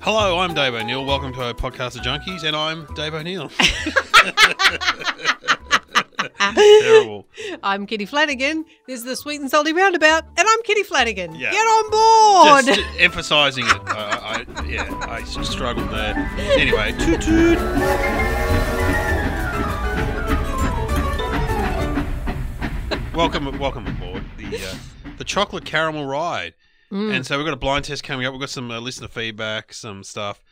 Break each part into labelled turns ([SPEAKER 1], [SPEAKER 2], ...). [SPEAKER 1] Hello, I'm Dave O'Neill. Welcome to our podcast of Junkies, and I'm Dave O'Neill. Terrible.
[SPEAKER 2] I'm Kitty Flanagan. This is the Sweet and Salty Roundabout, and I'm Kitty Flanagan.
[SPEAKER 1] Yeah.
[SPEAKER 2] Get on board.
[SPEAKER 1] Just emphasizing it. I, I, yeah, I s- struggled there. Anyway, toot toot. welcome, welcome aboard the uh, the chocolate caramel ride.
[SPEAKER 2] Mm.
[SPEAKER 1] And so we've got a blind test coming up. We've got some uh, listener feedback, some stuff.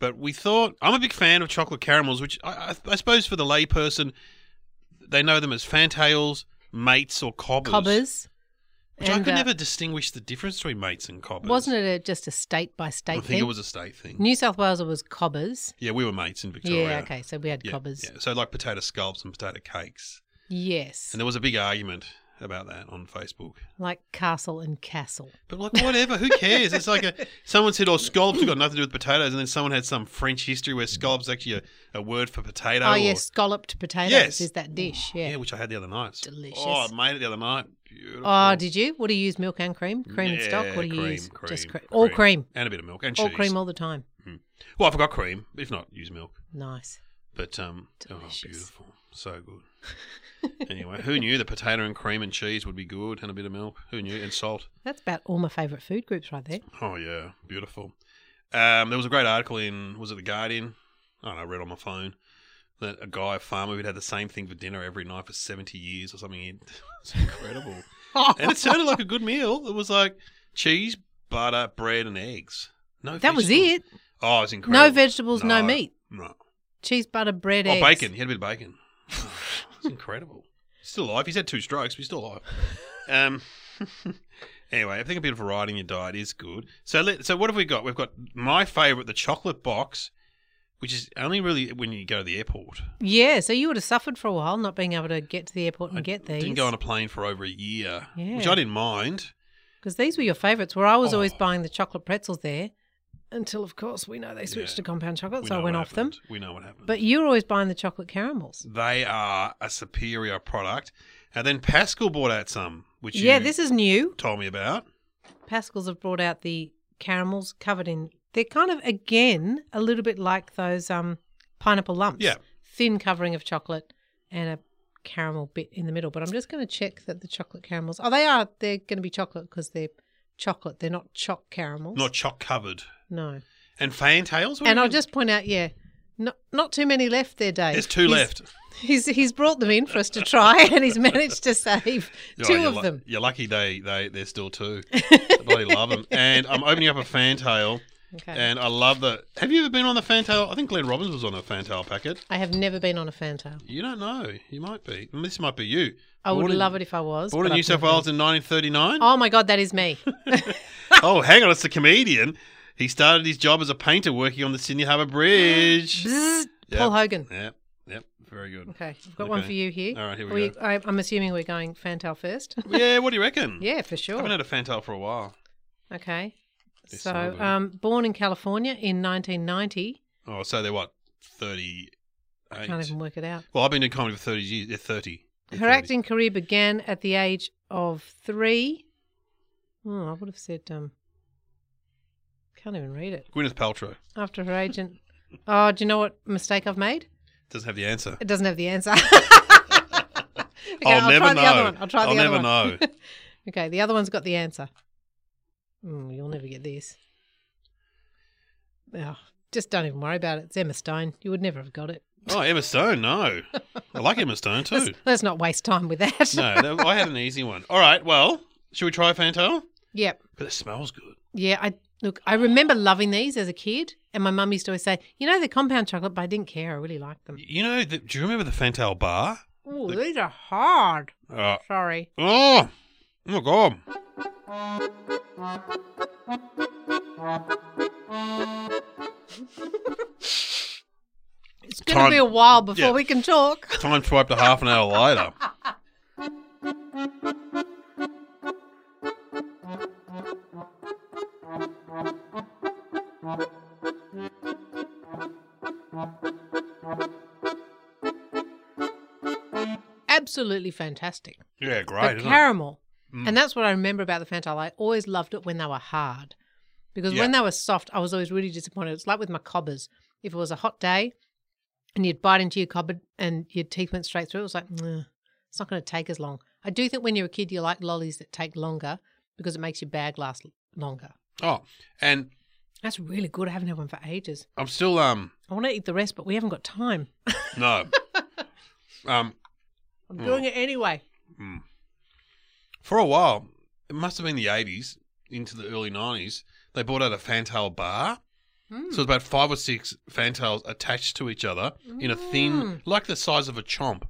[SPEAKER 1] But we thought I'm a big fan of chocolate caramels, which I, I, I suppose for the layperson, they know them as fantails, mates, or cobbers.
[SPEAKER 2] Cobbers.
[SPEAKER 1] Which I
[SPEAKER 2] And,
[SPEAKER 1] could
[SPEAKER 2] uh,
[SPEAKER 1] never distinguish the difference between mates and cobbers.
[SPEAKER 2] Wasn't it a, just a state by state
[SPEAKER 1] I
[SPEAKER 2] thing?
[SPEAKER 1] think it was a state thing.
[SPEAKER 2] New South Wales it was cobbers.
[SPEAKER 1] Yeah, we were mates in Victoria.
[SPEAKER 2] Yeah, okay. So we had
[SPEAKER 1] Yeah,
[SPEAKER 2] cobbers.
[SPEAKER 1] yeah. So like potato scallops and potato cakes.
[SPEAKER 2] Yes.
[SPEAKER 1] And there was a big argument about that on Facebook.
[SPEAKER 2] Like castle and castle.
[SPEAKER 1] But like whatever, who cares? It's like a someone said, "Oh, scallops have got nothing to do with potatoes," and then someone had some French history where scallops actually a, a word for potato.
[SPEAKER 2] oh,
[SPEAKER 1] or-
[SPEAKER 2] yes. Scalloped potatoes
[SPEAKER 1] Yes.
[SPEAKER 2] is that dish. Yeah.
[SPEAKER 1] yeah, which I had the other night.
[SPEAKER 2] Delicious.
[SPEAKER 1] Oh, I made it the other night. Beautiful.
[SPEAKER 2] Oh, did you? What do you use? Milk and cream? Cream and stock?
[SPEAKER 1] Yeah,
[SPEAKER 2] What do you
[SPEAKER 1] cream,
[SPEAKER 2] use?
[SPEAKER 1] cream,
[SPEAKER 2] Just cream. All cream.
[SPEAKER 1] and a bit of milk and
[SPEAKER 2] All
[SPEAKER 1] cheese.
[SPEAKER 2] cream all the time.
[SPEAKER 1] Well, I forgot cream. If not, use milk.
[SPEAKER 2] Nice.
[SPEAKER 1] But um, oh,
[SPEAKER 2] Delicious.
[SPEAKER 1] beautiful, so good. anyway, who knew the potato and cream and cheese would be good and a bit of milk? Who knew? And salt.
[SPEAKER 2] That's about all my favourite food groups right there.
[SPEAKER 1] Oh yeah, beautiful. Um, there was a great article in was it the Guardian? I don't know. I read on my phone that a guy, a farmer, who'd had the same thing for dinner every night for seventy years or something. It- It's incredible, and it sounded like a good meal. It was like cheese, butter, bread, and eggs. No,
[SPEAKER 2] that was
[SPEAKER 1] vegetables.
[SPEAKER 2] it.
[SPEAKER 1] Oh, it's
[SPEAKER 2] No
[SPEAKER 1] incredible.
[SPEAKER 2] vegetables, no,
[SPEAKER 1] No.
[SPEAKER 2] meat.
[SPEAKER 1] No.
[SPEAKER 2] Cheese, butter, bread,
[SPEAKER 1] Oh,
[SPEAKER 2] eggs.
[SPEAKER 1] bacon. He had a bit of bacon. it's incredible. He's Still alive. He's had two strokes, but he's still alive. Um. anyway, I think a bit of variety in your diet is good. So, let, so what have we got? We've got my favourite, the chocolate box, which is only really when you go to the airport.
[SPEAKER 2] Yeah, so you would have suffered for a while not being able to get to the airport and get these.
[SPEAKER 1] Didn't go on a plane for over a year, which
[SPEAKER 2] Yeah.
[SPEAKER 1] I didn't mind.
[SPEAKER 2] Because these were your favourites, where I was always
[SPEAKER 1] Oh.
[SPEAKER 2] buying the chocolate pretzels there. Until, of course, we know they switched
[SPEAKER 1] Yeah.
[SPEAKER 2] to compound chocolate,
[SPEAKER 1] We
[SPEAKER 2] so I
[SPEAKER 1] know
[SPEAKER 2] went
[SPEAKER 1] what
[SPEAKER 2] off them.
[SPEAKER 1] happened. We know what happened.
[SPEAKER 2] But you were always buying the chocolate caramels.
[SPEAKER 1] they are a superior product. And then Pascal bought out some, which
[SPEAKER 2] yeah,
[SPEAKER 1] you
[SPEAKER 2] this is new.
[SPEAKER 1] told me about.
[SPEAKER 2] Pascal's have brought out the caramels covered in. They're kind of, again, a little bit like those um, pineapple lumps.
[SPEAKER 1] Yeah.
[SPEAKER 2] Thin covering of chocolate and a caramel bit in the middle. But I'm just going to check that the chocolate caramels. Oh, they are. They're going to be chocolate because they're chocolate. They're not choc caramels.
[SPEAKER 1] Not Oh, choc covered.
[SPEAKER 2] No.
[SPEAKER 1] And fantails? What do
[SPEAKER 2] And
[SPEAKER 1] you
[SPEAKER 2] I'll
[SPEAKER 1] mean?
[SPEAKER 2] just point out, yeah, not not too many left there, Dave.
[SPEAKER 1] There's two
[SPEAKER 2] He's-
[SPEAKER 1] left.
[SPEAKER 2] He's he's brought them in for us to try, and he's managed to save
[SPEAKER 1] Oh,
[SPEAKER 2] two
[SPEAKER 1] you're
[SPEAKER 2] of
[SPEAKER 1] lu-
[SPEAKER 2] them.
[SPEAKER 1] You're lucky they they they're still two. I bloody love them. And I'm opening up a fantail,
[SPEAKER 2] Okay.
[SPEAKER 1] and I love the. Have you ever been on the fantail? I think Glenn Robbins was on a fantail packet.
[SPEAKER 2] I have never been on a fantail.
[SPEAKER 1] You don't know. You might be. And this might be you.
[SPEAKER 2] I would
[SPEAKER 1] Born in-
[SPEAKER 2] love it if I was.
[SPEAKER 1] Born
[SPEAKER 2] but
[SPEAKER 1] in
[SPEAKER 2] I've
[SPEAKER 1] New South
[SPEAKER 2] never
[SPEAKER 1] Wales in 1939.
[SPEAKER 2] been. Oh my God, that is me.
[SPEAKER 1] Oh, hang on, it's the comedian. He started his job as a painter working on the Sydney Harbour Bridge.
[SPEAKER 2] Bzzz.
[SPEAKER 1] Yep.
[SPEAKER 2] Paul Hogan.
[SPEAKER 1] Yep, yep, very good.
[SPEAKER 2] Okay, I've got one
[SPEAKER 1] Okay.
[SPEAKER 2] for you here.
[SPEAKER 1] All right, here we go.
[SPEAKER 2] I, I'm assuming we're going fantail first.
[SPEAKER 1] Yeah, what do you reckon?
[SPEAKER 2] yeah, for
[SPEAKER 1] I haven't
[SPEAKER 2] sure.
[SPEAKER 1] had a fantail for a while.
[SPEAKER 2] Okay.
[SPEAKER 1] It's
[SPEAKER 2] So,
[SPEAKER 1] not good.
[SPEAKER 2] um, born in California in 1990.
[SPEAKER 1] Oh, so they're what, 38?
[SPEAKER 2] I can't even work it out.
[SPEAKER 1] Well, I've been doing comedy for 30 years. Yeah, 30. Yeah,
[SPEAKER 2] Her
[SPEAKER 1] 30.
[SPEAKER 2] acting career began at the age of three. Oh, I would have said, um, can't even read it.
[SPEAKER 1] Gwyneth Paltrow
[SPEAKER 2] After her agent. Oh, do you know what mistake I've made?
[SPEAKER 1] doesn't have the answer.
[SPEAKER 2] It doesn't have the answer. Okay,
[SPEAKER 1] I'll, never
[SPEAKER 2] try
[SPEAKER 1] know.
[SPEAKER 2] the other one. I'll try the other
[SPEAKER 1] never
[SPEAKER 2] one.
[SPEAKER 1] know.
[SPEAKER 2] Okay, the other one's got the answer. Mm, you'll never get this. Oh, just don't even worry about it. It's Emma Stone. You would never have got it.
[SPEAKER 1] oh, Emma Stone. No, I like Emma Stone
[SPEAKER 2] Let's,
[SPEAKER 1] too.
[SPEAKER 2] let's not waste time with that.
[SPEAKER 1] no, that- I had an easy one. All right. Well, should we try Fantail?
[SPEAKER 2] Yep.
[SPEAKER 1] But it smells good.
[SPEAKER 2] Yeah, I look, I remember loving these as a kid, and my mum used to always say, "You know, they're compound chocolate, but I didn't care. I really liked them."
[SPEAKER 1] You know, the, do you remember the Fantail bar?
[SPEAKER 2] Oh, these are hard.
[SPEAKER 1] Uh,
[SPEAKER 2] Sorry.
[SPEAKER 1] oh, oh my god.
[SPEAKER 2] It's going to
[SPEAKER 1] Time-
[SPEAKER 2] be a while before
[SPEAKER 1] yeah.
[SPEAKER 2] we can talk.
[SPEAKER 1] Time swiped a half an hour later.
[SPEAKER 2] Absolutely fantastic.
[SPEAKER 1] Yeah, great.
[SPEAKER 2] the
[SPEAKER 1] isn't it?
[SPEAKER 2] caramel,
[SPEAKER 1] Mm.
[SPEAKER 2] and that's what I remember about the Fantail. I always loved it when they were hard. because
[SPEAKER 1] Yeah.
[SPEAKER 2] when they were soft, I was always really disappointed. It's like with my cobbers. If it was a hot day and you'd bite into your cobber and your teeth went straight through, it was like, "Nah, it's not going to take as long. I do think when you're a kid, you like lollies that take longer because it makes your bag last l- longer.
[SPEAKER 1] Oh, and
[SPEAKER 2] That's really good. I haven't had one for ages.
[SPEAKER 1] I'm still um
[SPEAKER 2] I want to eat the rest, but we haven't got time.
[SPEAKER 1] no. um
[SPEAKER 2] I'm
[SPEAKER 1] Mm.
[SPEAKER 2] doing it anyway.
[SPEAKER 1] for a while, it must have been the 80s into the early 90s, they brought out a fantail bar.
[SPEAKER 2] Mm.
[SPEAKER 1] So it's about five or six fantails attached to each other in a thin, like the size of a chomp,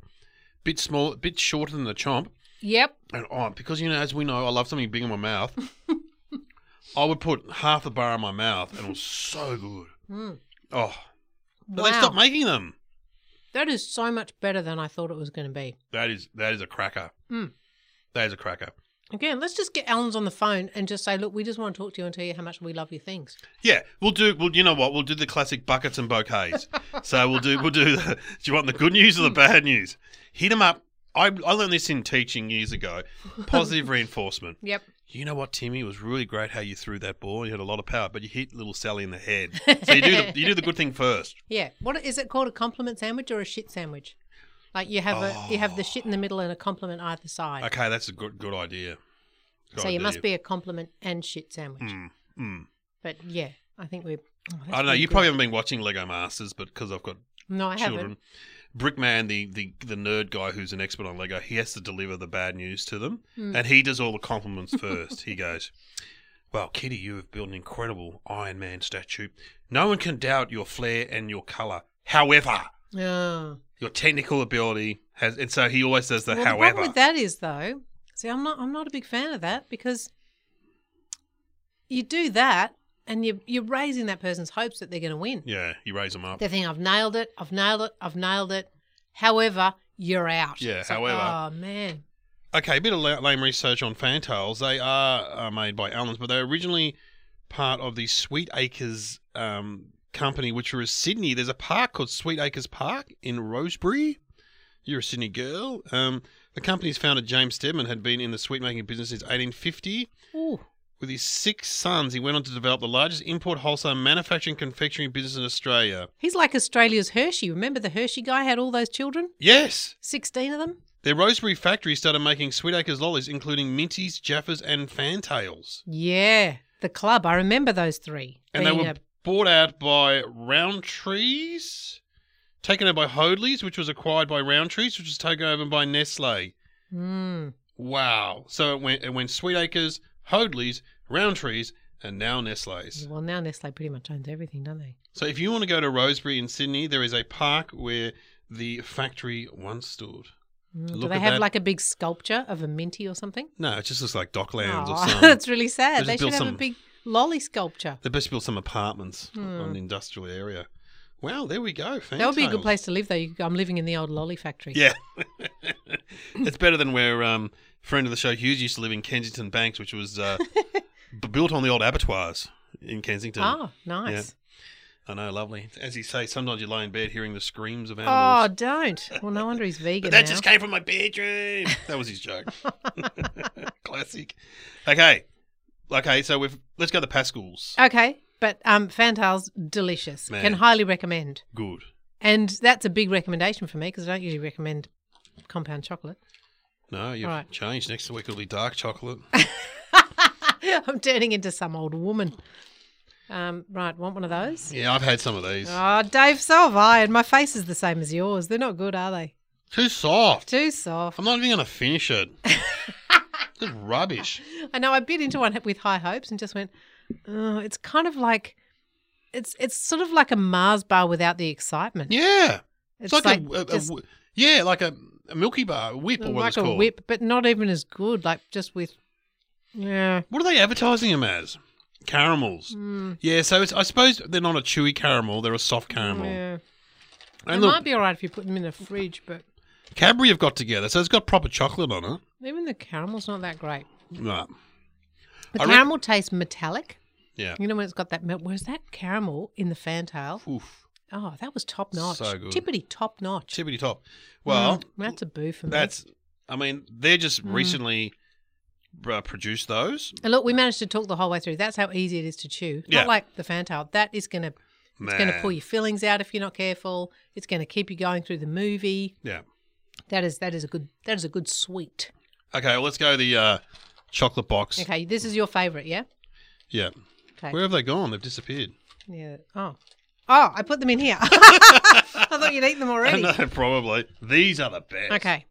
[SPEAKER 1] bit small, bit shorter than a chomp.
[SPEAKER 2] Yep.
[SPEAKER 1] And oh, because you know, as we know, I love something big in my mouth. I would put half the bar in my mouth, and it was so good.
[SPEAKER 2] Mm.
[SPEAKER 1] Oh, but
[SPEAKER 2] Wow.
[SPEAKER 1] they stopped making them.
[SPEAKER 2] that is so much better than I thought it was going to be.
[SPEAKER 1] That is that is a cracker.
[SPEAKER 2] Mm.
[SPEAKER 1] That is a cracker.
[SPEAKER 2] Again, let's just get Alan's on the phone and just say, look, we just want to talk to you and tell you how much we love your things.
[SPEAKER 1] Yeah, we'll do. Well, you know what? We'll do the classic buckets and bouquets. so we'll do. We'll do. The, do you want the good news or the bad news? Hit them up. I, I learned this in teaching years ago. Positive reinforcement.
[SPEAKER 2] Yep.
[SPEAKER 1] You know what, Timmy? It was really great how you threw that ball. You had a lot of power, but you hit little Sally in the head. So you do the, you do the good thing first.
[SPEAKER 2] Yeah. What is it called? A compliment sandwich or a shit sandwich? Like you have a you have the shit in the middle and a compliment either side.
[SPEAKER 1] Okay, that's a good good idea. Good
[SPEAKER 2] so you
[SPEAKER 1] idea.
[SPEAKER 2] must be a compliment and shit sandwich.
[SPEAKER 1] Mm, mm.
[SPEAKER 2] But yeah, I think we're. oh, that's
[SPEAKER 1] I don't know.
[SPEAKER 2] really
[SPEAKER 1] You
[SPEAKER 2] good.
[SPEAKER 1] probably haven't been watching Lego Masters, but because I've got
[SPEAKER 2] no, I haven't.
[SPEAKER 1] children. Brickman, the, the the nerd guy who's an expert on Lego, he has to deliver the bad news to them,
[SPEAKER 2] Hmm.
[SPEAKER 1] and he does all the compliments first. he goes, "Well, Kitty, you have built an incredible Iron Man statue. No one can doubt your flair and your color. However,
[SPEAKER 2] Oh.
[SPEAKER 1] your technical ability has." And so he always says that.
[SPEAKER 2] Well, the
[SPEAKER 1] however,
[SPEAKER 2] problem with that is though, see, I'm not I'm not a big fan of that because you do that and you you're raising that person's hopes that they're going to win.
[SPEAKER 1] yeah, you raise them up.
[SPEAKER 2] They think I've nailed it, I've nailed it, I've nailed it. However, you're out.
[SPEAKER 1] Yeah,
[SPEAKER 2] It's like,
[SPEAKER 1] however.
[SPEAKER 2] oh man,
[SPEAKER 1] Okay, a bit of la- lame research on fantails. They are uh, made by Allen's, but they're originally part of the Sweet Acres um, company, which are in Sydney. There's a park called Sweet Acres Park in Rosebery. You're a Sydney girl. Um, the company's founder, James Stedman, had been in the sweet making business since 1850.
[SPEAKER 2] ooh,
[SPEAKER 1] With his six sons, he went on to develop the largest import, wholesale, manufacturing, confectionery business in Australia.
[SPEAKER 2] he's like Australia's Hershey. Remember the Hershey guy had all those children,
[SPEAKER 1] Yes,
[SPEAKER 2] sixteen of them.
[SPEAKER 1] their Rosebery factory started making Sweet Acres lollies, including Minties, Jaffas, and Fantails.
[SPEAKER 2] Yeah, the club. I remember those three.
[SPEAKER 1] and they
[SPEAKER 2] being
[SPEAKER 1] were
[SPEAKER 2] a-
[SPEAKER 1] bought out by Roundtrees, taken over by Hoadley's, which was acquired by Roundtrees, which was taken over by Nestle.
[SPEAKER 2] Mm.
[SPEAKER 1] Wow! So it went it went Sweetacres, Hoadley's, Roundtrees, and now Nestle's.
[SPEAKER 2] Well, now Nestle pretty much owns everything, don't they?
[SPEAKER 1] So if you want to go to Rosebery in Sydney, there is a park where the factory once stood.
[SPEAKER 2] Mm, Do
[SPEAKER 1] Look
[SPEAKER 2] they
[SPEAKER 1] at
[SPEAKER 2] have
[SPEAKER 1] that.
[SPEAKER 2] like a big sculpture of a minty or something?
[SPEAKER 1] No, it just looks like Docklands
[SPEAKER 2] Aw,
[SPEAKER 1] or something.
[SPEAKER 2] that's really
[SPEAKER 1] They
[SPEAKER 2] sad.
[SPEAKER 1] just
[SPEAKER 2] They should
[SPEAKER 1] built
[SPEAKER 2] have a
[SPEAKER 1] some-
[SPEAKER 2] big lolly sculpture.
[SPEAKER 1] They best built some apartments on an industrial area. Wow, there we go.
[SPEAKER 2] Hmm. That would be a good
[SPEAKER 1] Fantails.
[SPEAKER 2] place to live, though. You could go, I'm living in the old lolly factory.
[SPEAKER 1] Yeah. it's better than where um, friend of the show Hughes used to live in Kensington Banks, which was uh, b- built on the old abattoirs in Kensington.
[SPEAKER 2] Ah, nice.
[SPEAKER 1] I know, lovely. As you say, sometimes you lie in bed hearing the screams of
[SPEAKER 2] Oh,
[SPEAKER 1] animals.
[SPEAKER 2] don't. Well, no wonder he's vegan.
[SPEAKER 1] but that
[SPEAKER 2] now.
[SPEAKER 1] just came from my bedroom. that was his joke. Classic. Okay. Okay, so we've let's go to Pascal's.
[SPEAKER 2] Okay, but um, Fantail's delicious.
[SPEAKER 1] Man.
[SPEAKER 2] Can highly recommend.
[SPEAKER 1] Good.
[SPEAKER 2] And that's a big recommendation for me because I don't usually recommend compound chocolate.
[SPEAKER 1] No, you've
[SPEAKER 2] All right.
[SPEAKER 1] changed. Next week it'll be dark chocolate.
[SPEAKER 2] I'm turning into some old woman. Um, right, want one of those?
[SPEAKER 1] yeah, I've had some of these.
[SPEAKER 2] Oh, Dave, so have I. And my face is the same as yours. They're not good, are they?
[SPEAKER 1] Too soft.
[SPEAKER 2] Too soft.
[SPEAKER 1] I'm not even going to finish it. This is rubbish.
[SPEAKER 2] I know I bit into one with high hopes and just went, oh, it's kind of like, it's it's sort of like a Mars bar without the excitement.
[SPEAKER 1] Yeah.
[SPEAKER 2] It's,
[SPEAKER 1] It's, like, a, a- a
[SPEAKER 2] just
[SPEAKER 1] wh- yeah, like a, a Milky Bar, a whip or what
[SPEAKER 2] like
[SPEAKER 1] it's
[SPEAKER 2] a
[SPEAKER 1] called.
[SPEAKER 2] whip, but not even as good. Like just with, yeah,
[SPEAKER 1] What are they advertising them as? Caramels.
[SPEAKER 2] Hmm.
[SPEAKER 1] Yeah, so it's, I suppose they're not a chewy caramel; they're a soft caramel.
[SPEAKER 2] yeah. It
[SPEAKER 1] And look,
[SPEAKER 2] might be all right if you put them in the fridge, but
[SPEAKER 1] Cadbury have got together, so it's got proper chocolate on it.
[SPEAKER 2] even the caramel's not that great.
[SPEAKER 1] Right.
[SPEAKER 2] The
[SPEAKER 1] I re-
[SPEAKER 2] caramel tastes metallic.
[SPEAKER 1] Yeah.
[SPEAKER 2] You know when it's got that melt. Whereas that caramel in the fantail,
[SPEAKER 1] Oof.
[SPEAKER 2] oh, that was top notch.
[SPEAKER 1] So good.
[SPEAKER 2] Tippity top notch.
[SPEAKER 1] Chippity top. Well,
[SPEAKER 2] Hmm. Mm, that's a boo for me. Hmm.
[SPEAKER 1] that's. I mean, they're just recently uh, produce those.
[SPEAKER 2] And look, we managed to talk the whole way through. That's how easy it is to chew.
[SPEAKER 1] Yeah.
[SPEAKER 2] Not like the Fantail. That is going to it's going to
[SPEAKER 1] Man.
[SPEAKER 2] pull your fillings out if you're not careful. It's going to keep you going through the movie.
[SPEAKER 1] Yeah.
[SPEAKER 2] That is that is a good that is a good sweet.
[SPEAKER 1] Okay, well, let's go the uh, chocolate box.
[SPEAKER 2] Okay, this is your favorite, yeah?
[SPEAKER 1] Yeah.
[SPEAKER 2] Okay.
[SPEAKER 1] Where have they gone? They've disappeared.
[SPEAKER 2] yeah. Oh. Oh, I put them in here. I thought you'd eat them
[SPEAKER 1] I
[SPEAKER 2] already.
[SPEAKER 1] know, probably. These are the best.
[SPEAKER 2] Okay.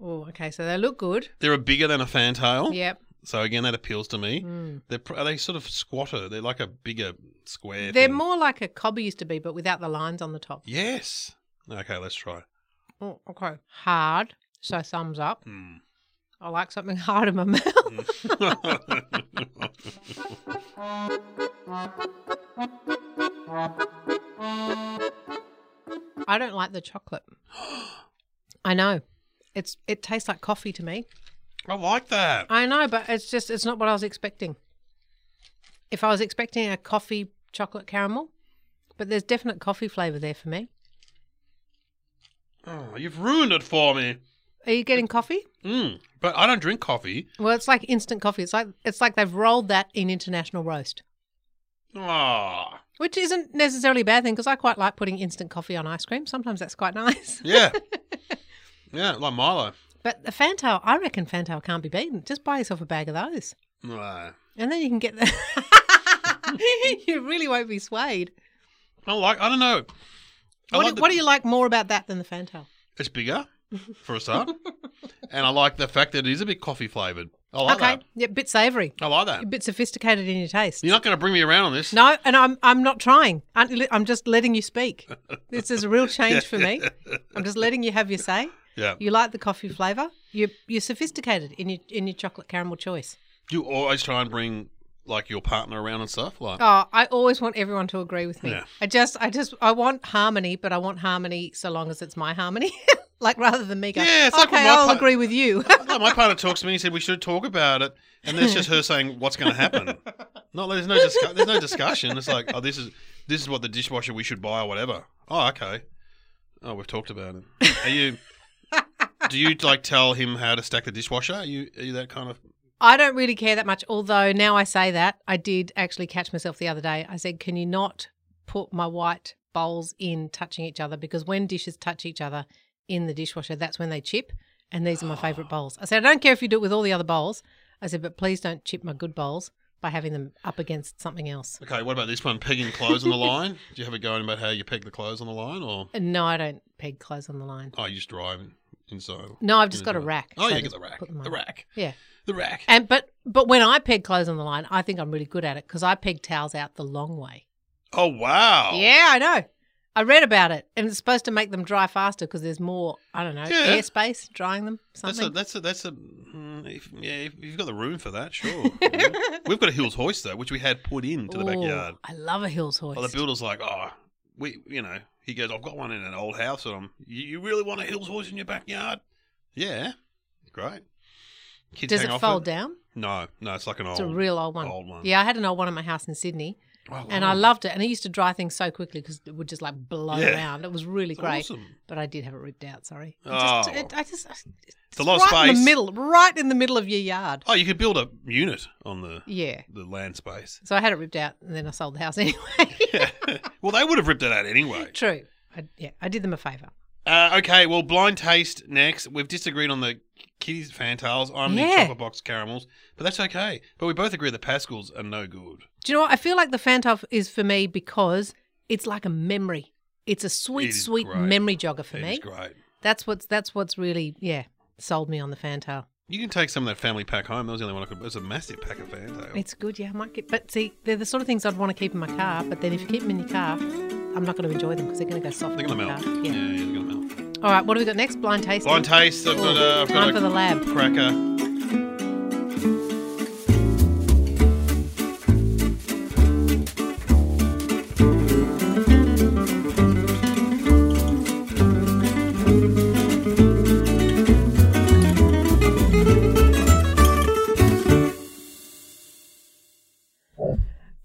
[SPEAKER 2] Oh, okay. So they look good.
[SPEAKER 1] They're bigger than a fantail.
[SPEAKER 2] Yep.
[SPEAKER 1] So again, that appeals to me.
[SPEAKER 2] Mm.
[SPEAKER 1] They're pr- are they sort of squatter. They're like a bigger square.
[SPEAKER 2] They're
[SPEAKER 1] thing.
[SPEAKER 2] more like a cob used to be, but without the lines on the top.
[SPEAKER 1] Yes. Okay, let's try. it.
[SPEAKER 2] Oh, okay. Hard. So thumbs up.
[SPEAKER 1] Mm.
[SPEAKER 2] I like something hard in my mouth. I don't like the chocolate. I know. It's it tastes like coffee to me.
[SPEAKER 1] I like that.
[SPEAKER 2] I know, but it's just it's not what I was expecting. If I was expecting a coffee chocolate caramel, but there's definite coffee flavour there for me.
[SPEAKER 1] Oh, you've ruined it for me.
[SPEAKER 2] Are you getting coffee?
[SPEAKER 1] Mm. But I don't drink coffee.
[SPEAKER 2] Well, it's like instant coffee. It's like it's like they've rolled that in international roast,
[SPEAKER 1] Ah,
[SPEAKER 2] which isn't necessarily a bad thing because I quite like putting instant coffee on ice cream. Sometimes that's quite nice.
[SPEAKER 1] yeah. yeah, like Milo.
[SPEAKER 2] But the Fantail, I reckon Fantail can't be beaten. Just buy yourself a bag of those,
[SPEAKER 1] Nah.
[SPEAKER 2] and then you can get the. you really won't be swayed.
[SPEAKER 1] I like. I don't know. I
[SPEAKER 2] What,
[SPEAKER 1] like
[SPEAKER 2] do,
[SPEAKER 1] the-
[SPEAKER 2] what do you like more about that than the Fantail?
[SPEAKER 1] It's bigger, for a start, and I like the fact that it is a bit coffee flavored. I like
[SPEAKER 2] okay,
[SPEAKER 1] that.
[SPEAKER 2] yeah, bit savoury,
[SPEAKER 1] I like that.
[SPEAKER 2] a bit sophisticated in your taste.
[SPEAKER 1] You're not going to bring me around on this.
[SPEAKER 2] No, and I'm I'm not trying. Aren't you li- I'm just letting you speak. This is a real change for me. I'm just letting you have your say.
[SPEAKER 1] Yeah.
[SPEAKER 2] You like the coffee flavour. You you're sophisticated in your in your chocolate caramel choice.
[SPEAKER 1] You always try and bring like your partner around and stuff. Like,
[SPEAKER 2] Oh, I always want everyone to agree with me.
[SPEAKER 1] Yeah.
[SPEAKER 2] I just I just I want harmony, but I want harmony so long as it's my harmony. like rather than me going,
[SPEAKER 1] Yeah, it's
[SPEAKER 2] okay,
[SPEAKER 1] like when my
[SPEAKER 2] I'll
[SPEAKER 1] part-
[SPEAKER 2] agree with you.
[SPEAKER 1] Like, my partner talks to me and said we should talk about it, and there's just her saying what's going to happen. No, there's no discu- there's no discussion. It's like, oh, this is this is what the dishwasher we should buy or whatever. Oh, okay. Oh, we've talked about it. Are you? Do you like tell him how to stack the dishwasher? Are you are you that kind of?
[SPEAKER 2] I don't really care that much. Although now I say that, I did actually catch myself the other day. I said, "Can you not put my white bowls in touching each other? Because when dishes touch each other in the dishwasher, that's when they chip. And these are my favorite bowls." I said, "I don't care if you do it with all the other bowls." I said, "But please don't chip my good bowls by having them up against something else."
[SPEAKER 1] Okay, what about this one? Pegging clothes on the line. Do you have a go about how you peg the clothes on the line, or
[SPEAKER 2] And no, I don't peg clothes on the line.
[SPEAKER 1] oh, you just drive inside?
[SPEAKER 2] No, I've just got a
[SPEAKER 1] Yeah.
[SPEAKER 2] rack.
[SPEAKER 1] Oh,
[SPEAKER 2] so
[SPEAKER 1] yeah, get
[SPEAKER 2] just
[SPEAKER 1] the rack,
[SPEAKER 2] put them
[SPEAKER 1] the
[SPEAKER 2] on.
[SPEAKER 1] rack,
[SPEAKER 2] Yeah.
[SPEAKER 1] the rack.
[SPEAKER 2] And but but when I peg clothes on the line, I think I'm really good at it because I peg towels out the long way.
[SPEAKER 1] Oh wow!
[SPEAKER 2] Yeah, I know. I read about it, and it's supposed to make them dry faster because there's more. I don't know
[SPEAKER 1] Yeah.
[SPEAKER 2] airspace drying them.
[SPEAKER 1] That's
[SPEAKER 2] Something.
[SPEAKER 1] a that's a that's a mm, if, yeah. If you've got the room for that, sure. Yeah. We've got a Hills hoist though, which we had put into the
[SPEAKER 2] Ooh,
[SPEAKER 1] backyard.
[SPEAKER 2] I love a hills hoist.
[SPEAKER 1] Well, the builder's like, oh, we, you know, he goes, I've got one in an old house, and I'm, you, you really want a Hills hoist in your backyard? Yeah, great. Kids
[SPEAKER 2] Does
[SPEAKER 1] hang
[SPEAKER 2] it
[SPEAKER 1] off
[SPEAKER 2] fold down?
[SPEAKER 1] No, no, it's like an old.
[SPEAKER 2] It's a real old one.
[SPEAKER 1] old one.
[SPEAKER 2] Yeah, I had an old one in my house in Sydney,
[SPEAKER 1] Oh, wow.
[SPEAKER 2] and I loved it. And it used to dry things so quickly because it would just like blow
[SPEAKER 1] Yeah.
[SPEAKER 2] around. It was really
[SPEAKER 1] It's
[SPEAKER 2] great.
[SPEAKER 1] awesome.
[SPEAKER 2] But I did have it ripped out. Sorry. It
[SPEAKER 1] Oh.
[SPEAKER 2] Just, it, I just. It's
[SPEAKER 1] a lot of
[SPEAKER 2] right In
[SPEAKER 1] space.
[SPEAKER 2] the middle, right in the middle of your yard.
[SPEAKER 1] Oh, you could build a unit on the
[SPEAKER 2] Yeah.
[SPEAKER 1] the land space.
[SPEAKER 2] So I had it ripped out, and then I sold the house anyway.
[SPEAKER 1] well, they would have ripped it out anyway.
[SPEAKER 2] True. I, yeah, I did them a favour.
[SPEAKER 1] Uh, okay, well, blind taste next. We've disagreed on the kitties fantails. I'm the
[SPEAKER 2] Yeah.
[SPEAKER 1] chocolate box caramels, but that's okay. But we both agree the Pascals are no good.
[SPEAKER 2] Do you know what? I feel like the Fantoff is for me because it's like a memory. It's a sweet,
[SPEAKER 1] It is
[SPEAKER 2] sweet
[SPEAKER 1] great.
[SPEAKER 2] memory jogger for
[SPEAKER 1] It
[SPEAKER 2] me.
[SPEAKER 1] is great.
[SPEAKER 2] That's what's that's what's really yeah sold me on the Fantail.
[SPEAKER 1] You can take some of that family pack home. That was the only one I could. It was a massive pack of fantails.
[SPEAKER 2] It's good, yeah. I might get, but see, they're the sort of things I'd want to keep in my car. But then if you keep them in your car, I'm not going to enjoy them because they're going to go soft.
[SPEAKER 1] They're
[SPEAKER 2] in
[SPEAKER 1] gonna
[SPEAKER 2] the
[SPEAKER 1] melt.
[SPEAKER 2] car.
[SPEAKER 1] yeah,
[SPEAKER 2] Yeah.
[SPEAKER 1] they're gonna melt.
[SPEAKER 2] All right. What do we got next? Blind taste. Oh,
[SPEAKER 1] Blind taste. I've got, uh, I've got
[SPEAKER 2] Time
[SPEAKER 1] a
[SPEAKER 2] for the lab.
[SPEAKER 1] cracker.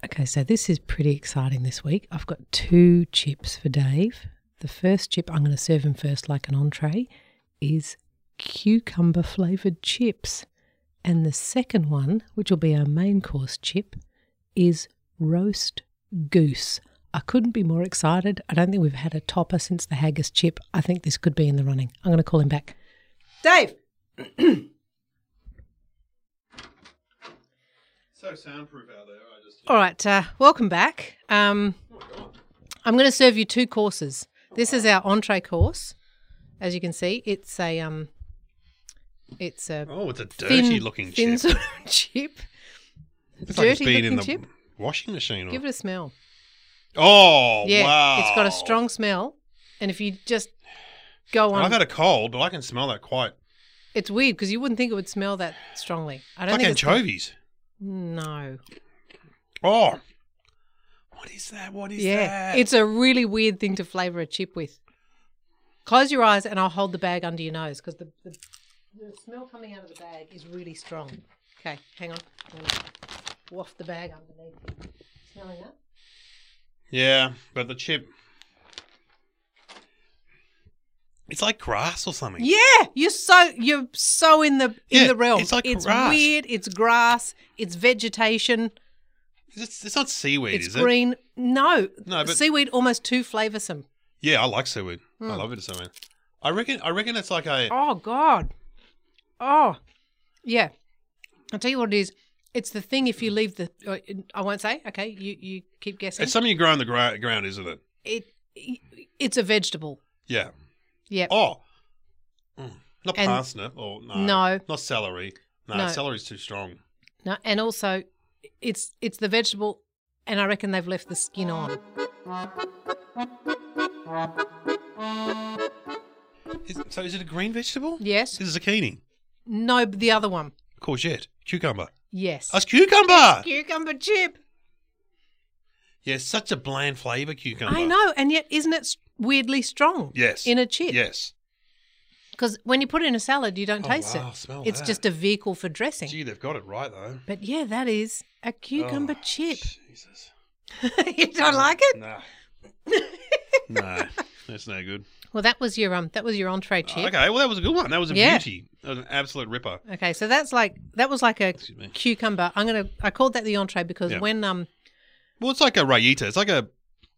[SPEAKER 2] Okay, so this is pretty exciting this week. I've got two chips for Dave. The first chip I'm going to serve him first, like an entree, is cucumber flavored chips.
[SPEAKER 3] And the second one, which will be our main course chip, is roast goose. I couldn't be more excited. I don't think we've had a topper since the haggis chip. I think this could be in the running. I'm going to call him back. Dave!
[SPEAKER 1] So soundproof out there. I just.
[SPEAKER 2] All right, uh, welcome back. Um, I'm going to serve you two courses. This is our entree course. As you can see, it's a um, it's a
[SPEAKER 1] Oh, it's a dirty
[SPEAKER 2] thin-
[SPEAKER 1] looking
[SPEAKER 2] thin
[SPEAKER 1] chip.
[SPEAKER 2] sort of chip.
[SPEAKER 1] It's like it's
[SPEAKER 2] dirty
[SPEAKER 1] been in the
[SPEAKER 2] looking
[SPEAKER 1] washing machine. Or...
[SPEAKER 2] Give it a smell.
[SPEAKER 1] oh,
[SPEAKER 2] Yeah,
[SPEAKER 1] wow.
[SPEAKER 2] it's got a strong smell, and if you just go
[SPEAKER 1] And I've
[SPEAKER 2] on,
[SPEAKER 1] had a cold, but I can smell that quite.
[SPEAKER 2] it's weird because you wouldn't think it would smell that strongly. I
[SPEAKER 1] It's
[SPEAKER 2] don't
[SPEAKER 1] like
[SPEAKER 2] think it's got-
[SPEAKER 1] anchovies.
[SPEAKER 2] no.
[SPEAKER 1] Oh. What is that? What is
[SPEAKER 2] yeah,
[SPEAKER 1] that?
[SPEAKER 2] it's a really weird thing to flavor a chip with. Close your eyes, and I'll hold the bag under your nose because the, the the smell coming out of the bag is really strong. Okay, hang on. I'm gonna waft the bag underneath. Smelling that?
[SPEAKER 1] Yeah, but the chip. It's like grass or something.
[SPEAKER 2] Yeah, you're so you're so in the in
[SPEAKER 1] Yeah,
[SPEAKER 2] the realm.
[SPEAKER 1] it's like
[SPEAKER 2] it's
[SPEAKER 1] grass.
[SPEAKER 2] weird. It's grass. It's vegetation.
[SPEAKER 1] It's, it's not seaweed,
[SPEAKER 2] it's
[SPEAKER 1] is it?
[SPEAKER 2] green. No,
[SPEAKER 1] No, but-
[SPEAKER 2] seaweed almost too flavoursome.
[SPEAKER 1] Yeah, I like seaweed. I
[SPEAKER 2] Mm.
[SPEAKER 1] love it seaweed. I reckon. I reckon it's like a.
[SPEAKER 2] Oh God. Oh, yeah. I'll tell you what it is. It's the thing. If you leave the, uh, I won't say. Okay, you you keep guessing.
[SPEAKER 1] It's something you grow in the gra- ground, isn't it?
[SPEAKER 2] it, it's a vegetable.
[SPEAKER 1] Yeah.
[SPEAKER 2] Yep.
[SPEAKER 1] Oh. Mm. Not
[SPEAKER 2] And-
[SPEAKER 1] parsnip or no.
[SPEAKER 2] No.
[SPEAKER 1] Not celery. No,
[SPEAKER 2] No.
[SPEAKER 1] celery's too strong.
[SPEAKER 2] No, and also, it's it's the vegetable, and I reckon they've left the skin on.
[SPEAKER 1] Is, so is it a green vegetable?
[SPEAKER 2] Yes.
[SPEAKER 1] Is it zucchini?
[SPEAKER 2] No, but the other one.
[SPEAKER 1] Courgette. Cucumber.
[SPEAKER 2] Yes.
[SPEAKER 1] That's cucumber.
[SPEAKER 2] Cucumber chip.
[SPEAKER 1] yeah, such a bland flavour, cucumber.
[SPEAKER 2] I know, and yet isn't it s- weirdly strong?
[SPEAKER 1] Yes.
[SPEAKER 2] In a chip.
[SPEAKER 1] Yes.
[SPEAKER 2] Because when you put it in a salad, you don't
[SPEAKER 1] Oh,
[SPEAKER 2] taste
[SPEAKER 1] wow,
[SPEAKER 2] it.
[SPEAKER 1] smell
[SPEAKER 2] it's
[SPEAKER 1] that.
[SPEAKER 2] just a vehicle for dressing.
[SPEAKER 1] Gee, they've got it right though.
[SPEAKER 2] But yeah, that is a cucumber
[SPEAKER 1] Oh,
[SPEAKER 2] chip.
[SPEAKER 1] Jesus.
[SPEAKER 2] you don't like it?
[SPEAKER 1] Nah. no, that's no good.
[SPEAKER 2] Well, that was your um, that was your entree
[SPEAKER 1] Oh,
[SPEAKER 2] chip. okay.
[SPEAKER 1] Okay, well that was a good one. That was a
[SPEAKER 2] Yeah.
[SPEAKER 1] beauty. That was an absolute ripper.
[SPEAKER 2] so that's like that was like a
[SPEAKER 1] Excuse me.
[SPEAKER 2] cucumber. I'm gonna I called that the entree because
[SPEAKER 1] Yeah. Mm-hmm.
[SPEAKER 2] when um,
[SPEAKER 1] Well, it's like a rayita. It's like a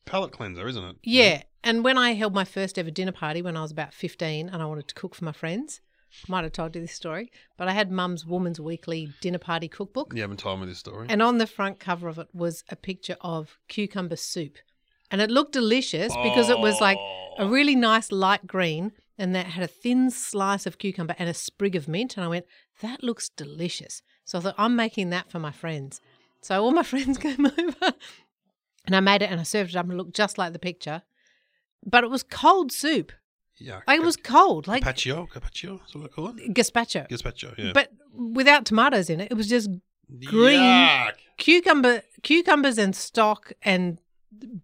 [SPEAKER 1] palate cleanser, isn't it?
[SPEAKER 2] yeah, and when I held my first ever dinner party when I was about 15, and I wanted to cook for my friends. Might have told you this story, but I had Mum's Woman's Weekly dinner party cookbook,
[SPEAKER 1] You haven't told me this story.
[SPEAKER 2] and on the front cover of it was a picture of cucumber soup, and it looked delicious because it was like a
[SPEAKER 1] Oh.
[SPEAKER 2] really nice light green and that had a thin slice of cucumber and a sprig of mint and i went that looks delicious so i thought i'm making that for my friends so all my friends came over and i made it and i served it up and it looked just like the picture but it was cold soup
[SPEAKER 1] yeah.
[SPEAKER 2] like it was cold like
[SPEAKER 1] Capaccio, capaccio, is what I call it.
[SPEAKER 2] gazpacho
[SPEAKER 1] Gazpacho, yeah.
[SPEAKER 2] but without tomatoes in it it was just green-
[SPEAKER 1] Yuck.
[SPEAKER 2] cucumber cucumbers and stock and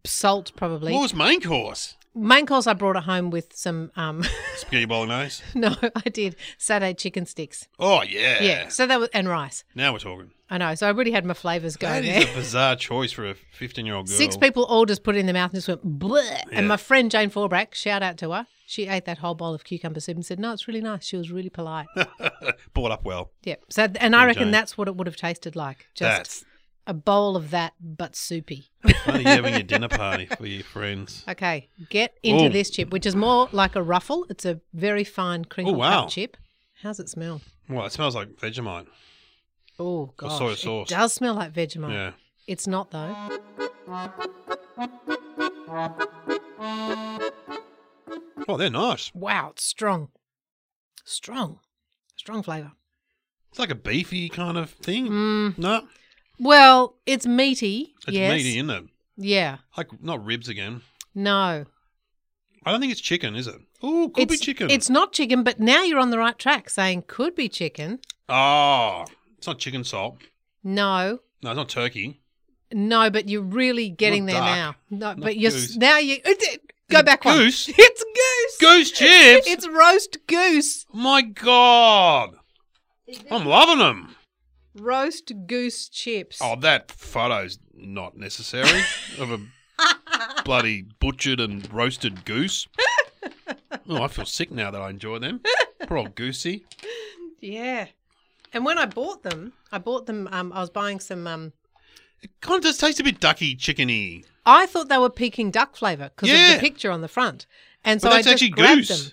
[SPEAKER 2] salt probably
[SPEAKER 1] What was main course?
[SPEAKER 2] main course i brought it home with some um
[SPEAKER 1] Spaghetti bolognese.
[SPEAKER 2] no i did saturday chicken sticks
[SPEAKER 1] Oh yeah.
[SPEAKER 2] Yeah. So that was and rice.
[SPEAKER 1] Now we're talking.
[SPEAKER 2] I know. So I really had my flavors
[SPEAKER 1] That
[SPEAKER 2] going
[SPEAKER 1] is
[SPEAKER 2] there.
[SPEAKER 1] a bizarre choice for a fifteen-year-old girl.
[SPEAKER 2] Six people all just put it in their mouth and just went bleh.
[SPEAKER 1] Yeah.
[SPEAKER 2] And my friend Jane Forbrack, shout out to her, she ate that whole bowl of cucumber soup and said, "No, it's really nice." She was really polite.
[SPEAKER 1] Brought up well.
[SPEAKER 2] yeah. So th- and I
[SPEAKER 1] Good,
[SPEAKER 2] reckon
[SPEAKER 1] Jane.
[SPEAKER 2] that's what it would have tasted like. Just
[SPEAKER 1] That's
[SPEAKER 2] a bowl of that, but soupy.
[SPEAKER 1] Why are you having a dinner party for your friends?
[SPEAKER 2] Okay, get into
[SPEAKER 1] Ooh.
[SPEAKER 2] this chip, which is more like a ruffle. It's a very fine crinkle
[SPEAKER 1] Oh, wow.
[SPEAKER 2] cut chip. How's it smell?
[SPEAKER 1] Well, it smells like Vegemite.
[SPEAKER 2] Oh
[SPEAKER 1] Or
[SPEAKER 2] gosh,
[SPEAKER 1] soy sauce.
[SPEAKER 2] it does smell like Vegemite.
[SPEAKER 1] Yeah.
[SPEAKER 2] It's not though.
[SPEAKER 1] Oh, they're nice.
[SPEAKER 2] Wow, it's strong, strong, strong flavor.
[SPEAKER 1] It's like a beefy kind of thing.
[SPEAKER 2] Mm,
[SPEAKER 1] No,
[SPEAKER 2] well, it's meaty.
[SPEAKER 1] it's
[SPEAKER 2] yes.
[SPEAKER 1] meaty, isn't it?
[SPEAKER 2] Yeah.
[SPEAKER 1] Like not ribs again.
[SPEAKER 2] No.
[SPEAKER 1] I don't think it's chicken, is it? Oh, could
[SPEAKER 2] it's,
[SPEAKER 1] be chicken.
[SPEAKER 2] It's not chicken, but now you're on the right track saying could be chicken.
[SPEAKER 1] oh, it's not chicken salt.
[SPEAKER 2] No.
[SPEAKER 1] No, it's not turkey.
[SPEAKER 2] No, but you're really getting there
[SPEAKER 1] duck.
[SPEAKER 2] now. No,
[SPEAKER 1] Not
[SPEAKER 2] but you're
[SPEAKER 1] goose.
[SPEAKER 2] now you uh, go back one.
[SPEAKER 1] goose?
[SPEAKER 2] It's goose.
[SPEAKER 1] Goose chips.
[SPEAKER 2] It's roast goose.
[SPEAKER 1] My God, I'm loving them.
[SPEAKER 2] Roast goose chips.
[SPEAKER 1] Oh, that photo's not necessary of a bloody butchered and roasted goose. Oh, I feel sick now that I enjoy them. Poor old goosey.
[SPEAKER 2] Yeah. And when I bought them, I bought them. Um, I was buying some. Um,
[SPEAKER 1] It kind of does taste a bit ducky, chickeny.
[SPEAKER 2] I thought they were Peking duck flavour because of
[SPEAKER 1] Yeah.
[SPEAKER 2] the picture on the front, and so
[SPEAKER 1] but that's
[SPEAKER 2] I just
[SPEAKER 1] actually
[SPEAKER 2] grabbed
[SPEAKER 1] goose.
[SPEAKER 2] them.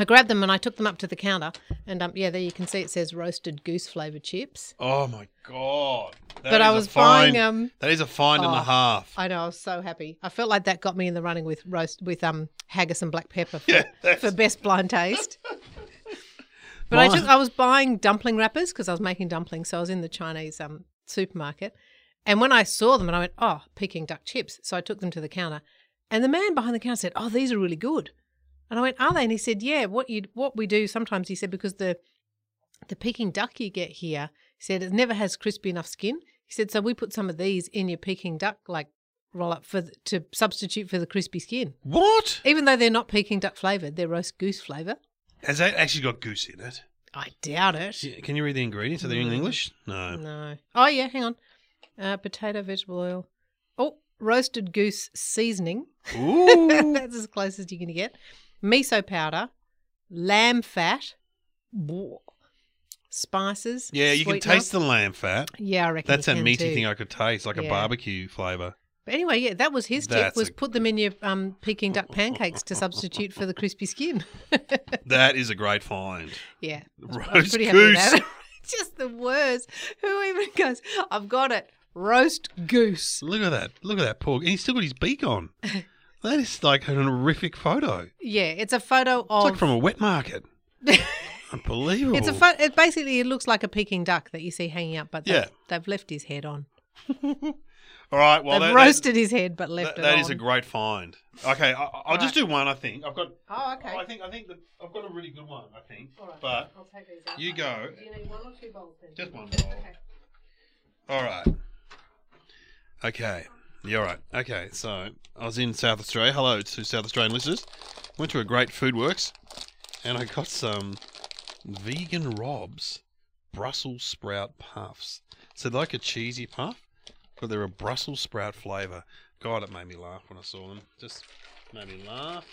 [SPEAKER 2] I grabbed them and I took them up to the counter, and um, yeah, there you can see it says roasted goose flavour chips.
[SPEAKER 1] Oh my god! That
[SPEAKER 2] But I
[SPEAKER 1] is a
[SPEAKER 2] was
[SPEAKER 1] fine-
[SPEAKER 2] buying um,
[SPEAKER 1] That is a find and
[SPEAKER 2] Oh,
[SPEAKER 1] a half.
[SPEAKER 2] I know I was so happy. I felt like that got me in the running with roast with um haggis and black pepper for,
[SPEAKER 1] Yeah, that's-
[SPEAKER 2] for best blind taste. But I
[SPEAKER 1] Mine-
[SPEAKER 2] just I was buying dumpling wrappers because I was making dumplings, so I was in the Chinese um supermarket, and when I saw them, and I went, oh, Peking duck chips. So I took them to the counter, and the man behind the counter said, oh, these are really good. And I went, are they? And he said, yeah. What you what we do sometimes, he said, because the the Peking duck you get here, he said, it never has crispy enough skin. He said, so we put some of these in your Peking duck like roll up for the, to substitute for the crispy skin,
[SPEAKER 1] What
[SPEAKER 2] even though they're not Peking duck flavored, they're roast goose flavor.
[SPEAKER 1] has that actually got goose in it?
[SPEAKER 2] I doubt it.
[SPEAKER 1] Yeah, Can you read the ingredients? Are they in
[SPEAKER 2] Mm.
[SPEAKER 1] English? No.
[SPEAKER 2] No. Oh yeah, hang on. Uh, potato, vegetable oil. Oh, roasted goose seasoning.
[SPEAKER 1] Ooh.
[SPEAKER 2] That's as close as you're gonna get. Miso powder, lamb fat, Whoa. spices.
[SPEAKER 1] yeah, you can
[SPEAKER 2] sweetener.
[SPEAKER 1] taste the lamb fat.
[SPEAKER 2] Yeah, I reckon
[SPEAKER 1] That's
[SPEAKER 2] you
[SPEAKER 1] that
[SPEAKER 2] can
[SPEAKER 1] meaty
[SPEAKER 2] too.
[SPEAKER 1] thing I could taste, like a
[SPEAKER 2] Yeah.
[SPEAKER 1] barbecue flavour.
[SPEAKER 2] But anyway, yeah, that was his tip:
[SPEAKER 1] That's
[SPEAKER 2] was
[SPEAKER 1] a-
[SPEAKER 2] put them in your um, Peking duck pancakes to substitute for the crispy skin.
[SPEAKER 1] That is a great find.
[SPEAKER 2] yeah, I was- I was
[SPEAKER 1] Roast
[SPEAKER 2] pretty happy with
[SPEAKER 1] goose.
[SPEAKER 2] that. Just the words. Who even goes? I've got it. Roast goose.
[SPEAKER 1] Look at that. Look at that pork. And he's still got his beak on. That is like an horrific photo. It's
[SPEAKER 2] Yeah, it's a photo of.
[SPEAKER 1] like from a wet market. Unbelievable.
[SPEAKER 2] it's a fun. It basically it looks like a Peking duck that you see hanging up, but they've,
[SPEAKER 1] Yeah.
[SPEAKER 2] they've left his head on.
[SPEAKER 1] All right. Well,
[SPEAKER 2] they've
[SPEAKER 1] that, that,
[SPEAKER 2] roasted his head, but left
[SPEAKER 1] that-
[SPEAKER 2] it
[SPEAKER 1] that
[SPEAKER 2] on.
[SPEAKER 1] is a great find. Okay, I, I'll just do one. I think I've got.
[SPEAKER 2] Oh, okay.
[SPEAKER 1] I think I think that I've got a really good one. I think,
[SPEAKER 2] All right,
[SPEAKER 1] but
[SPEAKER 2] I'll take these out.
[SPEAKER 1] you go.
[SPEAKER 2] Do you need one or two bowls then?
[SPEAKER 1] Just one bowl. All right. Okay. Yeah, all right. Okay, so I was in South Australia. Hello to South Australian listeners. Went to a great food works and I got some vegan Rob's Brussels sprout puffs. So they're like a cheesy puff, but they're a Brussels sprout flavour. God, it made me laugh when I saw them. Just made me laugh